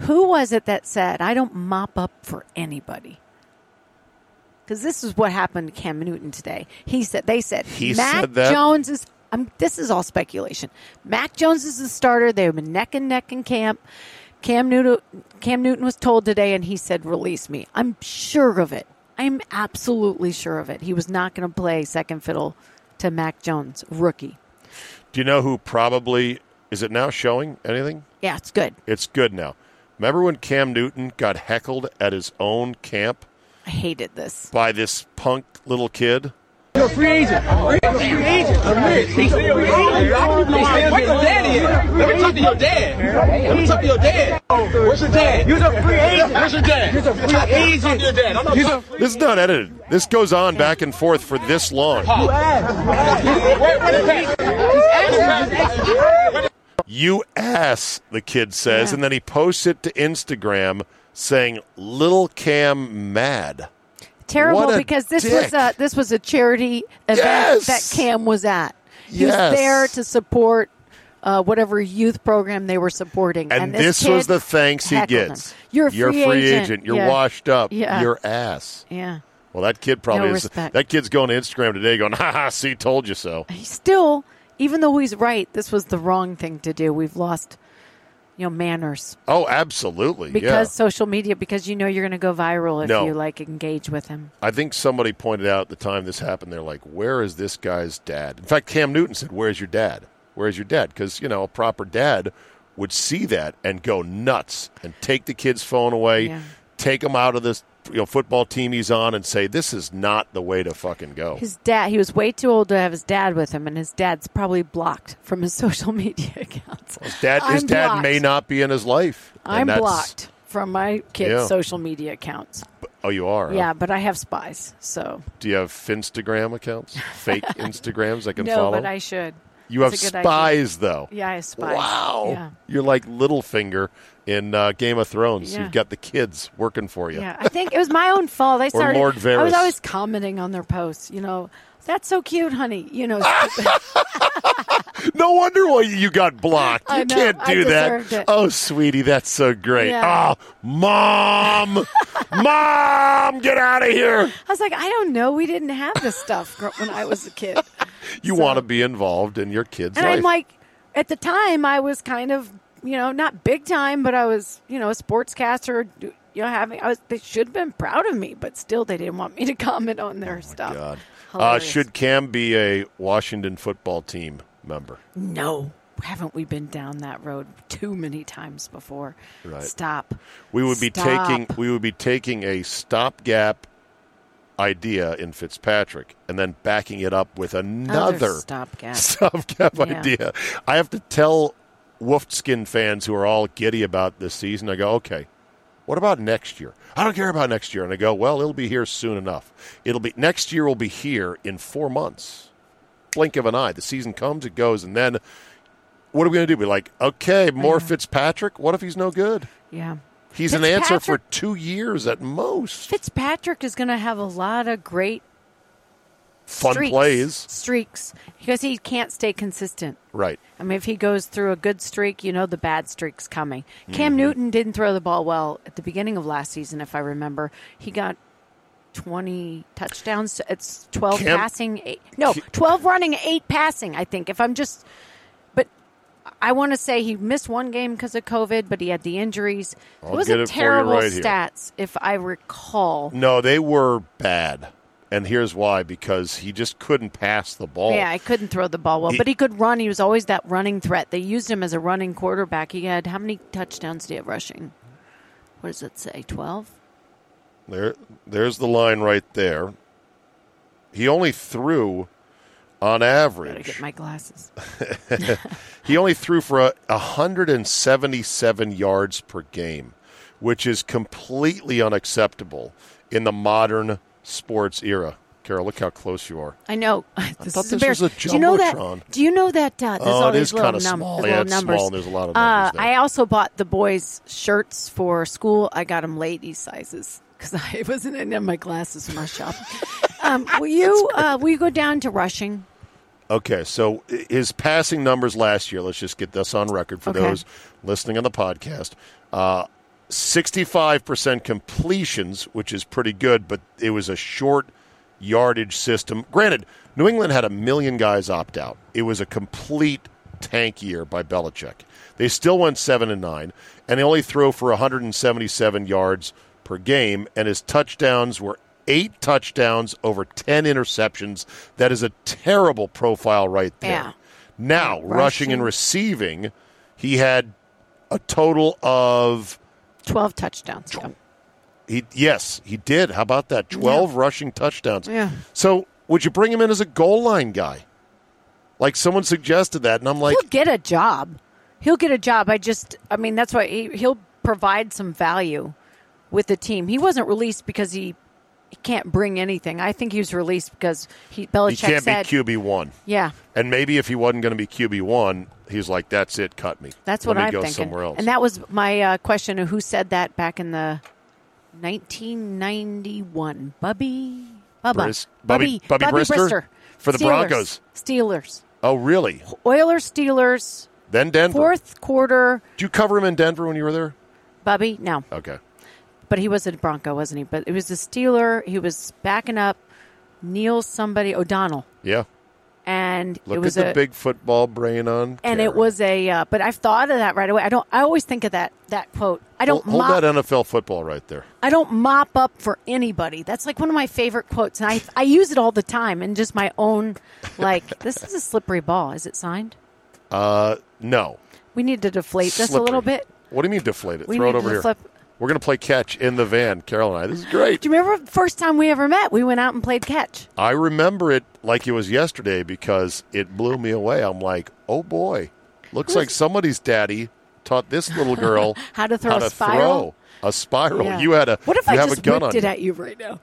Speaker 8: Who was it that said, "I don't mop up for anybody"? Because this is what happened to Cam Newton today. He said they said
Speaker 10: He
Speaker 8: Mac
Speaker 10: said that?
Speaker 8: Jones is. I'm, this is all speculation. Mac Jones is the starter. They've been neck and neck in camp. Cam Newton, Cam Newton was told today, and he said, "Release me." I'm sure of it. I'm absolutely sure of it. He was not going to play second fiddle to Mac Jones, rookie.
Speaker 10: Do you know who probably is it now showing anything?
Speaker 8: Yeah, it's good.
Speaker 10: It's good now. Remember when Cam Newton got heckled at his own camp
Speaker 8: I hated this.
Speaker 1: by this punk little kid.
Speaker 11: You're a free agent. You're a free agent. Where your daddy is? Let me talk to your dad. Let me talk to your dad. Where's your dad? You're a free agent. Where's your dad? You're a free agent. Talk to your dad. I'm not talking to
Speaker 1: This is not edited. This goes on back and forth for this long.
Speaker 11: you. Where- where the dad?
Speaker 1: You ass, the kid says, and then he posts it to Instagram saying, Little Cam mad.
Speaker 8: terrible
Speaker 1: What a
Speaker 8: because this
Speaker 1: dick.
Speaker 8: was a this was a charity event
Speaker 1: Yes.
Speaker 8: that Cam was at. He
Speaker 1: Yes.
Speaker 8: was there to support uh, whatever youth program they were supporting,
Speaker 1: And, this,
Speaker 8: kid
Speaker 1: was the thanks he
Speaker 8: heckled him.
Speaker 1: gets.
Speaker 8: You're a free,
Speaker 1: agent. You're
Speaker 8: Yeah.
Speaker 1: washed up.
Speaker 8: Yeah.
Speaker 1: You're ass.
Speaker 8: Yeah,
Speaker 1: Well, that kid probably
Speaker 8: No
Speaker 1: is.
Speaker 8: respect.
Speaker 1: That kid's going to Instagram today going, ha ha, see, told you so.
Speaker 8: he's still, even though he's right, this was the wrong thing to do. We've lost, you know, manners
Speaker 1: Oh, absolutely.
Speaker 8: because
Speaker 1: yeah.
Speaker 8: social media, because you know you're going to go viral if
Speaker 1: No.
Speaker 8: you like engage with him.
Speaker 1: I think somebody pointed out at the time this happened, they're like, where is this guy's dad? In fact, Cam Newton said, where's your dad? Where's your dad? Because, you know, a proper dad would see that and go nuts and take the kid's phone away,
Speaker 8: Yeah.
Speaker 1: take him out of this you know, football team he's on and say, this is not the way to fucking go.
Speaker 8: His dad, he was way too old to have his dad with him, and his dad's probably blocked from his social media accounts.
Speaker 1: His dad, his
Speaker 8: I'm
Speaker 1: dad
Speaker 8: blocked.
Speaker 1: may not be in his life. and
Speaker 8: I'm
Speaker 1: that's-
Speaker 8: blocked from my kids'
Speaker 1: Yeah.
Speaker 8: social media accounts.
Speaker 1: Oh, you are? huh?
Speaker 8: Yeah, but I have spies, so
Speaker 1: Do you have Finstagram accounts? Fake Instagrams I can
Speaker 8: no,
Speaker 1: follow?
Speaker 8: but I should.
Speaker 1: You have
Speaker 8: That's a good idea.
Speaker 1: spies, though.
Speaker 8: Yeah, I have spies.
Speaker 1: Wow.
Speaker 8: Yeah.
Speaker 1: You're like Littlefinger in uh, Game of Thrones.
Speaker 8: Yeah.
Speaker 1: You've got the kids working for you.
Speaker 8: Yeah, I think it was my own fault. I started.
Speaker 1: Lord
Speaker 8: I was
Speaker 1: Varys.
Speaker 8: always commenting on their posts. You know, that's so cute, honey. You know,
Speaker 1: No wonder why you got blocked.
Speaker 8: I
Speaker 1: you
Speaker 8: know.
Speaker 1: can't
Speaker 8: I
Speaker 1: do that.
Speaker 8: deserved it.
Speaker 1: Oh, sweetie, that's so great.
Speaker 8: Yeah.
Speaker 1: Oh, mom. mom, get out of here.
Speaker 8: I was like, I don't know. We didn't have this stuff gr- when I was a kid,
Speaker 1: You
Speaker 8: So-
Speaker 1: want to be involved in your kids'
Speaker 8: and
Speaker 1: life.
Speaker 8: I'm like, at the time, I was kind of, you know, not big time, but I was, you know, a sportscaster. You know, having I was. They should have been proud of me, but still, they didn't want me to comment on their stuff.
Speaker 1: Oh, God. Uh,
Speaker 8: Hilarious.
Speaker 1: should Cam be a Washington football team member?
Speaker 8: No. Haven't we been down that road too many times before?
Speaker 1: Right.
Speaker 8: Stop.
Speaker 1: We would be
Speaker 8: Stop.
Speaker 1: taking we would be taking a stopgap idea in Fitzpatrick and then backing it up
Speaker 8: Oh,
Speaker 1: with another
Speaker 8: stopgap.
Speaker 1: stopgap
Speaker 8: Yeah.
Speaker 1: idea. I have to tell Wolfskin fans who are all giddy about this season. I go, okay, what about next year? I don't care about next year. And I go, well, it'll be here soon enough. It'll be next year. Will be here in four months. Blink of an eye. The season comes, it goes, and then what are we going to do? Be like, okay, more Fitzpatrick. What if he's no good?
Speaker 8: Yeah.
Speaker 1: He's an answer for
Speaker 8: Fitzpatrick-
Speaker 1: two years at most.
Speaker 8: Fitzpatrick is going to have a lot of great
Speaker 1: Fun
Speaker 8: streaks,
Speaker 1: plays.
Speaker 8: streaks because he can't stay consistent.
Speaker 1: Right.
Speaker 8: I mean, if he goes through a good streak, you know the bad streak's coming.
Speaker 1: Mm-hmm.
Speaker 8: Cam Newton didn't throw the ball well at the beginning of last season, if I remember. He got 20 touchdowns. It's 12
Speaker 1: Cam-
Speaker 8: passing, eight, no, 12 running, eight passing, I think. If I'm just, but I want to say he missed one game because of COVID, but he had the injuries.
Speaker 1: I'll
Speaker 8: it
Speaker 1: get it
Speaker 8: wasn't
Speaker 1: for you
Speaker 8: terrible
Speaker 1: right here.
Speaker 8: stats, if I recall.
Speaker 1: No, they were bad. And here's why because he just couldn't pass the ball.
Speaker 8: Yeah, I couldn't throw the ball well,
Speaker 1: He-
Speaker 8: but he could run. He was always that running threat. They used him as a running quarterback. He had how many touchdowns did he have rushing? What does it say? Twelve.
Speaker 1: There, there's the line right there. He only threw, on
Speaker 8: Gotta get
Speaker 1: average,
Speaker 8: my glasses.
Speaker 1: he only threw for a, 177 yards per game, which is completely unacceptable in the modern sports era. Carol, look how close you are.
Speaker 8: I know. This
Speaker 1: thought
Speaker 8: is
Speaker 1: this was a
Speaker 8: embarrassing. Do you know
Speaker 1: Jumbotron.
Speaker 8: that? Do you know that? Uh, there's
Speaker 1: Oh,
Speaker 8: all
Speaker 1: it
Speaker 8: these
Speaker 1: is
Speaker 8: little,
Speaker 1: kinda
Speaker 8: num-
Speaker 1: small.
Speaker 8: little
Speaker 1: Yeah, it's small.
Speaker 8: numbers.
Speaker 1: There's a lot of
Speaker 8: Uh,
Speaker 1: numbers there.
Speaker 8: I also bought the boys' shirts for school. I got them lady sizes because I wasn't in my glasses when I shopped. um, will you? Uh, will you go down to rushing?
Speaker 1: Okay, so i- his passing numbers last year, let's just get this on record for
Speaker 8: Okay.
Speaker 1: those listening on the podcast. Uh, 65% completions, which is pretty good, but it was a short yardage system. Granted, New England had a million guys opt out. It was a complete tank year by Belichick. They still went 7 and 9, and they only threw for 177 yards per game, and his touchdowns were eight touchdowns over 10 interceptions. That is a terrible profile right there.
Speaker 8: Yeah.
Speaker 1: Now, rushing. and receiving, he had a total of
Speaker 8: Twelve touchdowns. Yeah.
Speaker 1: He yes, he did. How about that? Twelve rushing touchdowns.
Speaker 8: Yeah.
Speaker 1: So would you bring him in as a goal line guy? Like someone suggested that, and I'm like,
Speaker 8: he'll get a job. He'll get a job. I just, I mean, that's why he, he'll provide some value with the team. He wasn't released because he, he can't bring anything. I think he was released because he Belichick
Speaker 1: he can't be
Speaker 8: said,
Speaker 1: QB one.
Speaker 8: yeah,
Speaker 1: And maybe if he wasn't going to be QB one, he's like, that's it, cut me.
Speaker 8: that's
Speaker 1: Let
Speaker 8: what
Speaker 1: me
Speaker 8: I'm
Speaker 1: go
Speaker 8: thinking.
Speaker 1: somewhere else.
Speaker 8: And that was my uh, question of who said that back in the 1991. Bubby, Bubba,
Speaker 1: Bris- Bubby- Bubby Brister? For the
Speaker 8: Steelers.
Speaker 1: Broncos.
Speaker 8: Steelers,
Speaker 1: oh, really?
Speaker 8: Oilers, Steelers.
Speaker 1: Then Denver.
Speaker 8: Fourth quarter,
Speaker 1: Did you cover him in Denver when you were there?
Speaker 8: Bubby. No,
Speaker 1: Okay.
Speaker 8: but he was a Bronco, wasn't he? But it was the Steeler. He was backing up Neil somebody O'Donnell,
Speaker 1: Yeah.
Speaker 8: and it
Speaker 1: Look at
Speaker 8: was
Speaker 1: the
Speaker 8: a
Speaker 1: big football brain on.
Speaker 8: and it
Speaker 1: Karen.
Speaker 8: was a. Uh, but I've thought of that right away. I don't. I always think of that that quote. I
Speaker 1: Hold,
Speaker 8: don't
Speaker 1: hold
Speaker 8: mop.
Speaker 1: that NFL football right there.
Speaker 8: I don't mop up for anybody. That's like one of my favorite quotes, and I I use it all the time in just my own. Like this is a slippery ball. Is it signed?
Speaker 1: Uh, no.
Speaker 8: We need to deflate this a
Speaker 1: Slippery.
Speaker 8: little bit.
Speaker 1: What do you mean deflate it?
Speaker 8: We
Speaker 1: Throw it
Speaker 8: need
Speaker 1: over
Speaker 8: to
Speaker 1: here.
Speaker 8: flip-
Speaker 1: We're going to play catch in the van, Carol and I. This is great.
Speaker 8: Do you remember the first time we ever met? We went out and played catch.
Speaker 1: I remember it like it was yesterday because it blew me away. I'm like, oh boy, looks like somebody's daddy taught this little girl
Speaker 8: How to throw
Speaker 1: how
Speaker 8: a
Speaker 1: to
Speaker 8: spiral?
Speaker 1: throw a spiral.
Speaker 8: Yeah.
Speaker 1: Oh, You had a
Speaker 8: What if
Speaker 1: you
Speaker 8: I
Speaker 1: have
Speaker 8: just
Speaker 1: a gun
Speaker 8: whipped
Speaker 1: on
Speaker 8: it
Speaker 1: you.
Speaker 8: at you right now?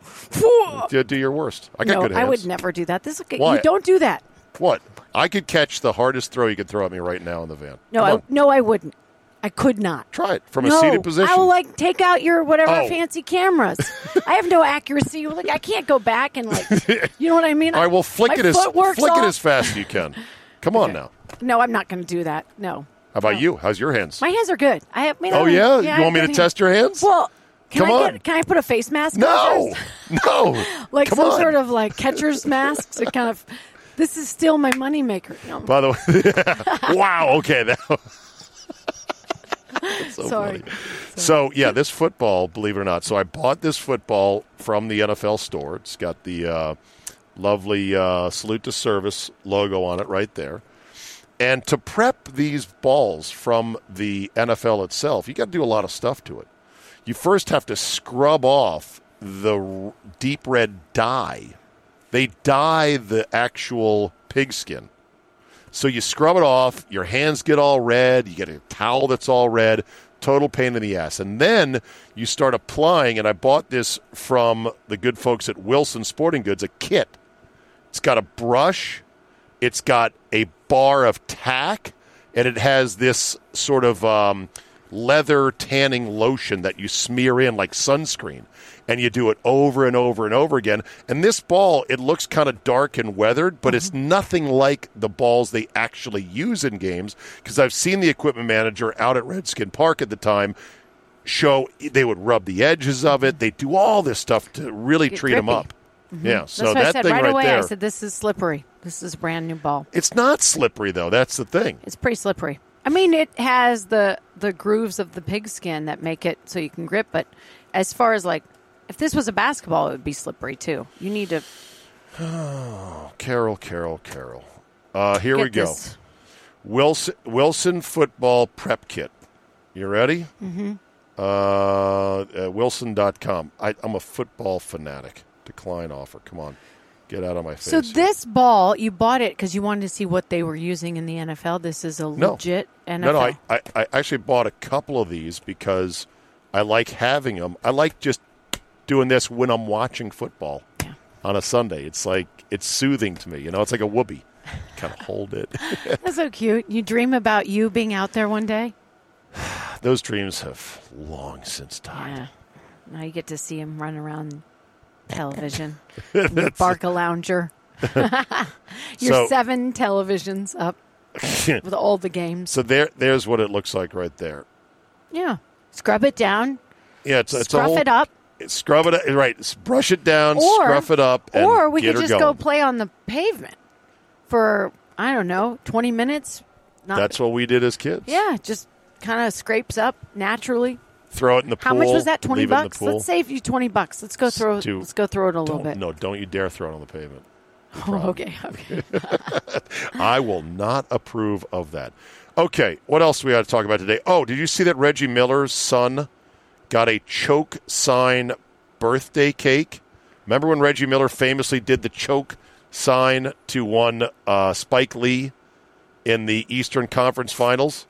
Speaker 1: Do- do your worst. I got
Speaker 8: no,
Speaker 1: good hands.
Speaker 8: I would never do that. This is,
Speaker 1: Why?
Speaker 8: you don't do that.
Speaker 1: What? I could catch the hardest throw you could throw at me right now in the van.
Speaker 8: No,
Speaker 1: Come
Speaker 8: I,
Speaker 1: on.
Speaker 8: no, I wouldn't. I could not.
Speaker 1: try it from
Speaker 8: no,
Speaker 1: a seated position.
Speaker 8: I will like take out your whatever
Speaker 1: Oh.
Speaker 8: fancy cameras. I have no accuracy. Like I can't go back and like, you know what I mean?
Speaker 1: All right, well, flick
Speaker 8: My
Speaker 1: it as
Speaker 8: foot works
Speaker 1: flick it
Speaker 8: off.
Speaker 1: as fast as you can. Come on now.
Speaker 8: No, I'm not going to do that. No,
Speaker 1: How about you? How's your hands?
Speaker 8: Oh. my hands are good. I have. I mean, I
Speaker 1: oh
Speaker 8: don't-
Speaker 1: yeah?
Speaker 8: I
Speaker 1: you
Speaker 8: have
Speaker 1: want me to
Speaker 8: good hands.
Speaker 1: test your hands?
Speaker 8: Well, can
Speaker 1: Come
Speaker 8: I
Speaker 1: on.
Speaker 8: get? Can I put a face mask? on
Speaker 1: no,
Speaker 8: first?
Speaker 1: no.
Speaker 8: like
Speaker 1: Come
Speaker 8: some
Speaker 1: on.
Speaker 8: sort of like catcher's masks. It kind of. This is still my moneymaker. No,
Speaker 1: By the way, wow. Okay, that was so
Speaker 8: sorry.
Speaker 1: funny. So yeah, this football, believe it or not. So I bought this football from the NFL store. It's got the uh, lovely uh, salute to service logo on it right there. And to prep these balls from the NFL itself, you got to do a lot of stuff to it. You first have to scrub off the r- deep red dye. They dye the actual pigskin. So you scrub it off, your hands get all red, you get a towel that's all red, total pain in the ass. And then you start applying, and I bought this from the good folks at Wilson Sporting Goods, a kit. It's got a brush, it's got a bar of tack, and it has this sort of um, leather tanning lotion that you smear in like sunscreen. And you do it over and over and over again. And this ball, it looks kind of dark and weathered, but it's
Speaker 8: Mm-hmm.
Speaker 1: nothing like the balls they actually use in games. Because I've seen the equipment manager out at Redskin Park at the time show they would rub the edges of it. They do all this stuff to really
Speaker 8: Mm-hmm. Get
Speaker 1: treat them
Speaker 8: grippy.
Speaker 1: up. Yeah, so
Speaker 8: That's what
Speaker 1: that
Speaker 8: I said
Speaker 1: thing
Speaker 8: right,
Speaker 1: right
Speaker 8: away.
Speaker 1: there.
Speaker 8: I said this is slippery. This is a brand new ball.
Speaker 1: It's not slippery though. That's the thing.
Speaker 8: It's pretty slippery. I mean, it has the the grooves of the pigskin that make it so you can grip. But as far as like, if this was a basketball, it would be slippery too. You need to
Speaker 1: Oh, Carol, Carol, Carol. Uh, here
Speaker 8: get
Speaker 1: we go.
Speaker 8: this.
Speaker 1: Wilson Wilson football prep kit. You ready? Mm-hmm. Uh, uh, Wilson.com. I, I'm a football fanatic. Decline offer. Come on, get out of my face.
Speaker 8: So this ball, you bought it because you wanted to see what they were using in the NFL. This is a
Speaker 1: no.
Speaker 8: legit NFL.
Speaker 1: No, no. I, I, I actually bought a couple of these because I like having them. I like just doing this when I'm watching football
Speaker 8: Yeah.
Speaker 1: on a Sunday. It's like it's soothing to me. You know, it's like a whoopee. kind of hold it.
Speaker 8: That's so cute. You dream about you being out there one day.
Speaker 1: Those dreams have long since died.
Speaker 8: Yeah. Now you get to see him run around television. Bark a lounger. Your
Speaker 1: So-
Speaker 8: seven televisions up with all the games.
Speaker 1: So there, there's what it looks like right there.
Speaker 8: Yeah. Scrub it down.
Speaker 1: Yeah, it's, it's a
Speaker 8: Scruff
Speaker 1: whole,
Speaker 8: it up.
Speaker 1: Scrub it up. Right, s- brush it down,
Speaker 8: Or
Speaker 1: scruff it up, and
Speaker 8: or we
Speaker 1: get
Speaker 8: could
Speaker 1: her
Speaker 8: just go
Speaker 1: going.
Speaker 8: play on the pavement for I don't know, twenty minutes. Not
Speaker 1: That's what we did as kids.
Speaker 8: yeah, just kind of scrapes up naturally.
Speaker 1: throw it in the
Speaker 8: How
Speaker 1: pool.
Speaker 8: much was that? Twenty
Speaker 1: leave it in the
Speaker 8: bucks.
Speaker 1: pool.
Speaker 8: Let's save you twenty bucks. Let's go throw.
Speaker 1: Stu,
Speaker 8: let's go throw it a little
Speaker 1: Don't-
Speaker 8: bit.
Speaker 1: No, don't you dare throw it on the pavement.
Speaker 8: Oh, okay, okay.
Speaker 1: I will not approve of that. Okay, what else we got to talk about today? Oh, did you see that Reggie Miller's son got a choke sign birthday cake. Remember when Reggie Miller famously did the choke sign to one uh, Spike Lee in the Eastern Conference Finals?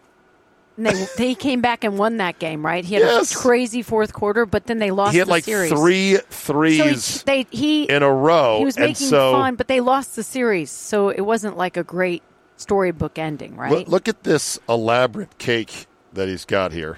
Speaker 8: And they, they came back and won that game, right? He had
Speaker 1: Yes.
Speaker 8: a crazy fourth quarter, but then they lost
Speaker 1: he had
Speaker 8: the
Speaker 1: like
Speaker 8: series.
Speaker 1: three
Speaker 8: So he-
Speaker 1: threes
Speaker 8: they, he,
Speaker 1: in a row,
Speaker 8: he was
Speaker 1: and
Speaker 8: making
Speaker 1: so
Speaker 8: fun, but they lost the series, so it wasn't like a great storybook ending, right?
Speaker 1: look, look at this elaborate cake that he's got here.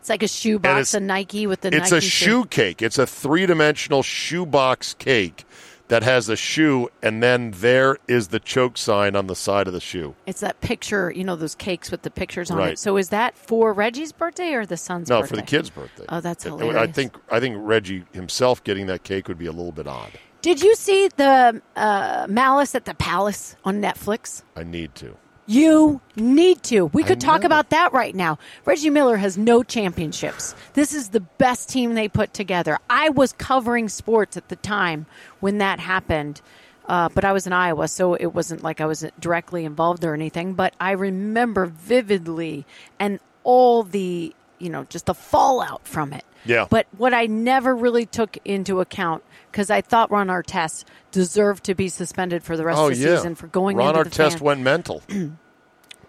Speaker 8: it's like a
Speaker 1: and
Speaker 8: shoebox,
Speaker 1: it's-
Speaker 8: a Nike with the
Speaker 1: it's
Speaker 8: Nike
Speaker 1: a shoe cake. It's a three-dimensional shoebox cake that has a shoe, and then there is the choke sign on the side of the shoe.
Speaker 8: It's that picture, you know, those cakes with the pictures on
Speaker 1: Right.
Speaker 8: it. So is that for Reggie's birthday or the son's
Speaker 1: No,
Speaker 8: birthday?
Speaker 1: for the kid's birthday.
Speaker 8: Oh, that's
Speaker 1: I- I
Speaker 8: hilarious.
Speaker 1: think I think Reggie himself getting that cake would be a little bit odd.
Speaker 8: Did you see the uh, Malice at the Palace on Netflix?
Speaker 1: I need to.
Speaker 8: You need to. We could talk
Speaker 1: know.
Speaker 8: about that right now. Reggie Miller has no championships. This is the best team they put together. I was covering sports at the time when that happened, uh, but I was in Iowa, so it wasn't like I was directly involved or anything. But I remember vividly and all the, you know, just the fallout from it.
Speaker 1: Yeah.
Speaker 8: But what I never really took into account because I thought Ron Artest deserved to be suspended for the rest
Speaker 1: Oh
Speaker 8: of the
Speaker 1: yeah,
Speaker 8: season for going
Speaker 1: Ron
Speaker 8: into the
Speaker 1: Artest
Speaker 8: fan
Speaker 1: went mental.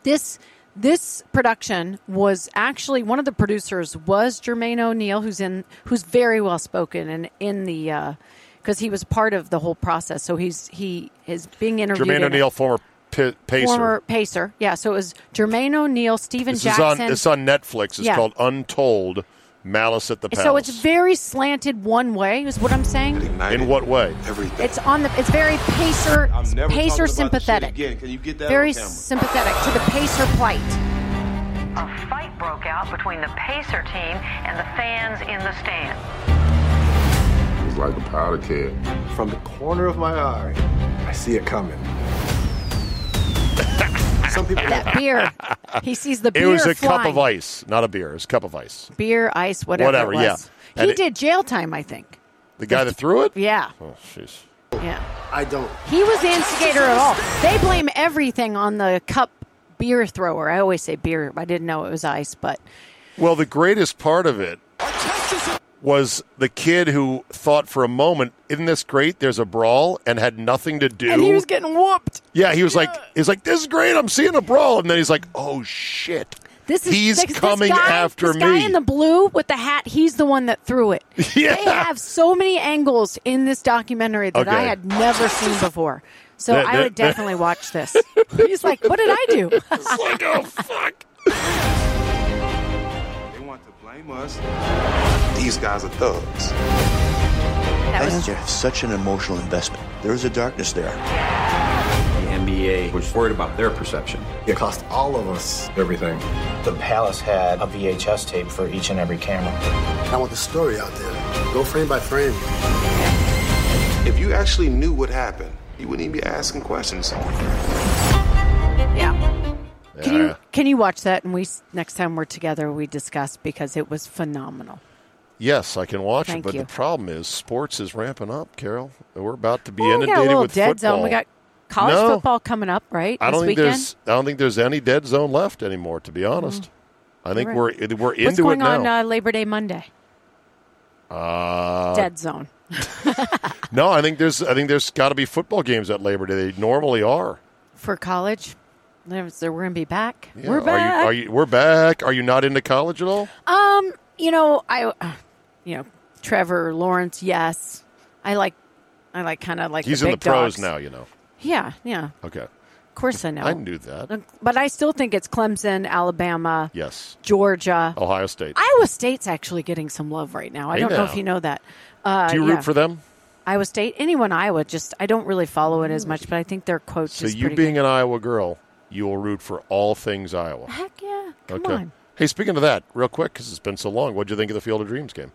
Speaker 8: this this production was actually one of the producers was Jermaine O'Neal, who's in who's very well spoken and in the because he was part of the whole process. So he's he is being interviewed.
Speaker 1: Jermaine
Speaker 8: in it.
Speaker 1: O'Neal, former p- pacer.
Speaker 8: former pacer, yeah. So it was Jermaine O'Neal, Steven
Speaker 1: this
Speaker 8: Jackson.
Speaker 1: is on. It's on Netflix. It's
Speaker 8: Yeah.
Speaker 1: called Untold: Malice at the Palace.
Speaker 8: so it's very slanted one way, is what I'm saying.
Speaker 1: in what way?
Speaker 8: It's on the. It's very pacer,
Speaker 11: I'm never talking
Speaker 8: pacer
Speaker 11: about this shit
Speaker 8: sympathetic,
Speaker 11: Again, can you get that
Speaker 8: very
Speaker 11: on camera?
Speaker 8: sympathetic to the pacer plight.
Speaker 12: A fight broke out between the Pacer team and the fans in the stands.
Speaker 7: It's like a powder keg.
Speaker 11: From the corner of my eye, I see it coming. Some people
Speaker 8: That beer, he sees the
Speaker 1: It
Speaker 8: beer.
Speaker 1: was a cup
Speaker 8: flying.
Speaker 1: of ice, not a beer. It was a cup of ice.
Speaker 8: beer, ice, whatever.
Speaker 1: Whatever,
Speaker 8: it was.
Speaker 1: yeah.
Speaker 8: He
Speaker 1: And it-
Speaker 8: did jail time, I think.
Speaker 1: The guy that threw it?
Speaker 8: Yeah,
Speaker 1: Oh, jeez.
Speaker 8: yeah.
Speaker 11: I don't.
Speaker 8: He was the instigator at all. They blame everything on the cup beer thrower. I always say beer. I didn't know it was ice, but
Speaker 1: Well, the greatest part of it was the kid who thought for a moment, isn't this great? There's a brawl and had nothing to do.
Speaker 8: and he was getting whooped.
Speaker 1: yeah, he was like, he's like, this is great. I'm seeing a brawl. And then he's like, oh, shit.
Speaker 8: This is
Speaker 1: he's
Speaker 8: this, this
Speaker 1: coming
Speaker 8: guy,
Speaker 1: after
Speaker 8: this
Speaker 1: me.
Speaker 8: Guy in the blue with the hat. He's the one that threw it.
Speaker 1: Yeah.
Speaker 8: They have so many angles in this documentary that I
Speaker 1: Okay.
Speaker 8: had never seen before. So
Speaker 1: That-
Speaker 8: I would
Speaker 1: that- that-
Speaker 8: definitely watch this. He's like, "What did I do?"
Speaker 1: It's like, oh, fuck.
Speaker 11: They want to blame us. These guys are thugs.
Speaker 8: That was
Speaker 4: Fans are such an emotional investment. There is a darkness there.
Speaker 2: The NBA was worried about their perception.
Speaker 11: It cost all of us everything.
Speaker 2: The Palace had a VHS tape for each and every camera.
Speaker 11: I want the story out there. Go frame by frame. If you actually knew what happened, you wouldn't even be asking questions.
Speaker 8: yeah. Can
Speaker 1: Yeah.
Speaker 8: you can you watch that and we s- next time we're together we discuss because it was phenomenal.
Speaker 1: Yes, I can watch it,
Speaker 8: Thank
Speaker 1: but
Speaker 8: you.
Speaker 1: the problem is sports is ramping up, Carol. We're about to be
Speaker 8: Well, we got a
Speaker 1: inundated
Speaker 8: little
Speaker 1: with
Speaker 8: dead
Speaker 1: football.
Speaker 8: zone. We got college
Speaker 1: No.
Speaker 8: football coming up, right?
Speaker 1: I don't
Speaker 8: this
Speaker 1: think
Speaker 8: weekend.
Speaker 1: there's I don't think there's any dead zone left anymore. To be honest, I think
Speaker 8: Mm-hmm. You're
Speaker 1: we're we're into
Speaker 8: What's going
Speaker 1: it
Speaker 8: on
Speaker 1: now.
Speaker 8: uh, Labor Day Monday?
Speaker 1: Uh,
Speaker 8: dead zone.
Speaker 1: no, I think there's I think there's got to be football games at Labor Day. They normally are.
Speaker 8: For college. There's- We're going to be back.
Speaker 1: Yeah.
Speaker 8: We're back.
Speaker 1: Are you, are you, we're back. Are you not into college at all?
Speaker 8: Um, you know, I, uh, you know, Trevor Lawrence. Yes, I like, I like kind of like.
Speaker 1: He's
Speaker 8: the
Speaker 1: in the
Speaker 8: big
Speaker 1: pros
Speaker 8: dogs.
Speaker 1: now. You know.
Speaker 8: Yeah, yeah.
Speaker 1: Okay,
Speaker 8: Of course, I know.
Speaker 1: I knew that.
Speaker 8: But I still think it's Clemson, Alabama,
Speaker 1: Yes,
Speaker 8: Georgia.
Speaker 1: Ohio State.
Speaker 8: Iowa State's actually getting some love right now. I
Speaker 1: Hey,
Speaker 8: don't know
Speaker 1: now.
Speaker 8: if you know that. Uh,
Speaker 1: Do you
Speaker 8: yeah.
Speaker 1: root for them?
Speaker 8: Iowa State? Anyone Iowa? Just I don't really follow it as much, but I think their coach
Speaker 1: So
Speaker 8: is
Speaker 1: you
Speaker 8: pretty
Speaker 1: being
Speaker 8: good.
Speaker 1: an Iowa girl, you will root for all things Iowa.
Speaker 8: heck yeah, come
Speaker 1: okay.
Speaker 8: on,
Speaker 1: Hey, speaking of that, real quick because it's been so long. What'd you think of the Field of Dreams game?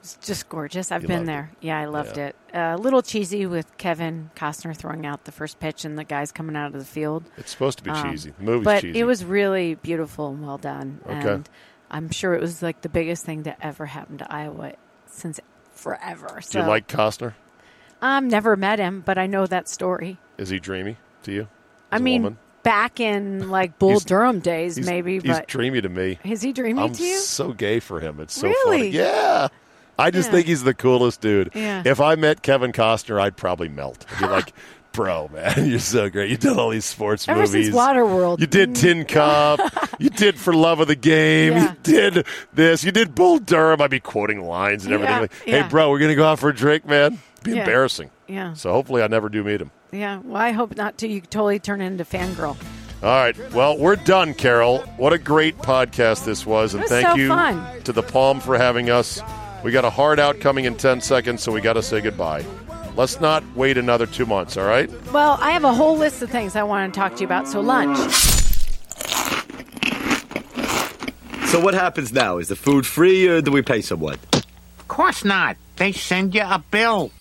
Speaker 8: it's just gorgeous. I've
Speaker 1: You
Speaker 8: been
Speaker 1: loved
Speaker 8: there. Yeah, I loved
Speaker 1: Yeah.
Speaker 8: it. Uh, A little cheesy with Kevin Costner throwing out the first pitch and the guys coming out of the field.
Speaker 1: It's supposed to be
Speaker 8: Um,
Speaker 1: cheesy. The movie's
Speaker 8: but
Speaker 1: cheesy.
Speaker 8: it was really beautiful and well done.
Speaker 1: Okay.
Speaker 8: And I'm sure it was like the biggest thing that ever happened to Iowa since forever.
Speaker 1: Do
Speaker 8: So
Speaker 1: you like Costner?
Speaker 8: I've never met him, but I know that story.
Speaker 1: Is he dreamy to you?
Speaker 8: I
Speaker 1: As a
Speaker 8: mean,
Speaker 1: woman?
Speaker 8: back in like Bull
Speaker 13: He's-
Speaker 8: Durham days,
Speaker 13: He's-
Speaker 8: maybe.
Speaker 13: he's
Speaker 8: But
Speaker 13: dreamy to me.
Speaker 8: Is he dreamy
Speaker 13: I'm
Speaker 8: to you?
Speaker 13: so gay for him. It's so funny.
Speaker 8: Really?
Speaker 13: Yeah. I just
Speaker 8: Yeah.
Speaker 13: think he's the coolest dude.
Speaker 8: Yeah.
Speaker 13: If I met Kevin Costner, I'd probably melt. I'd be like, bro, man, you're so great. You did all these sports
Speaker 8: ever
Speaker 13: movies.
Speaker 8: since Waterworld, Mm.
Speaker 13: You did Tin Cup. you did For Love of the Game.
Speaker 8: Yeah.
Speaker 13: You did this. You did Bull Durham. I'd be quoting lines and everything.
Speaker 8: Yeah,
Speaker 13: Like,
Speaker 8: yeah.
Speaker 13: hey, bro, we're going to go out for a drink, man. It'd be
Speaker 8: Yeah.
Speaker 13: embarrassing.
Speaker 8: Yeah.
Speaker 13: So hopefully I never do meet him.
Speaker 8: yeah. Well, I hope not to. You totally turn into fangirl.
Speaker 13: All right. Well, we're done, Carol. What a great podcast this was. And
Speaker 8: It was
Speaker 13: thank
Speaker 8: so
Speaker 13: you
Speaker 8: fun.
Speaker 13: to the Palm for having us. We got a hard out coming in 10 seconds, so we got to say goodbye. Let's not wait another two months, all right?
Speaker 8: Well, I have a whole list of things I want to talk to you about. So lunch.
Speaker 2: So what happens now? Is the food free or do we pay someone?
Speaker 14: Of course not. They send you a bill.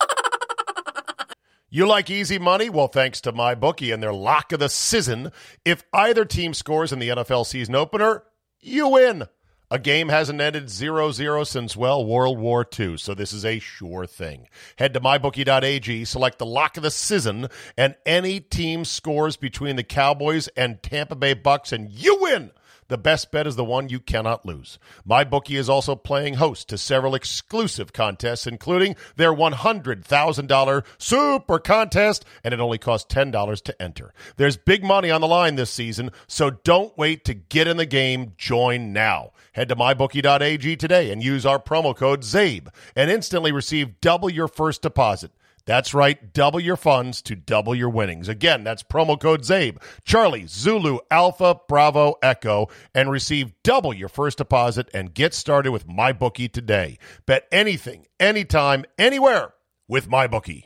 Speaker 1: You like easy money? Well, thanks to my bookie and their lock of the season, if either team scores in the NFL season opener, you win. A game hasn't ended 0 0 since, well, World War II, so this is a sure thing. Head to mybookie.ag, select the lock of the season, and any team scores between the Cowboys and Tampa Bay Bucks, and you win. The best bet is the one you cannot lose. MyBookie is also playing host to several exclusive contests, including their $100,000 Super Contest, and it only costs $10 to enter. There's big money on the line this season, so don't wait to get in the game. Join now. Head to mybookie.ag today and use our promo code ZABE and instantly receive double your first deposit. That's right, double your funds to double your winnings. Again, that's promo code ZABE, Charlie, Zulu, Alpha, Bravo, Echo, and receive double your first deposit and get started with MyBookie today. Bet anything, anytime, anywhere with MyBookie.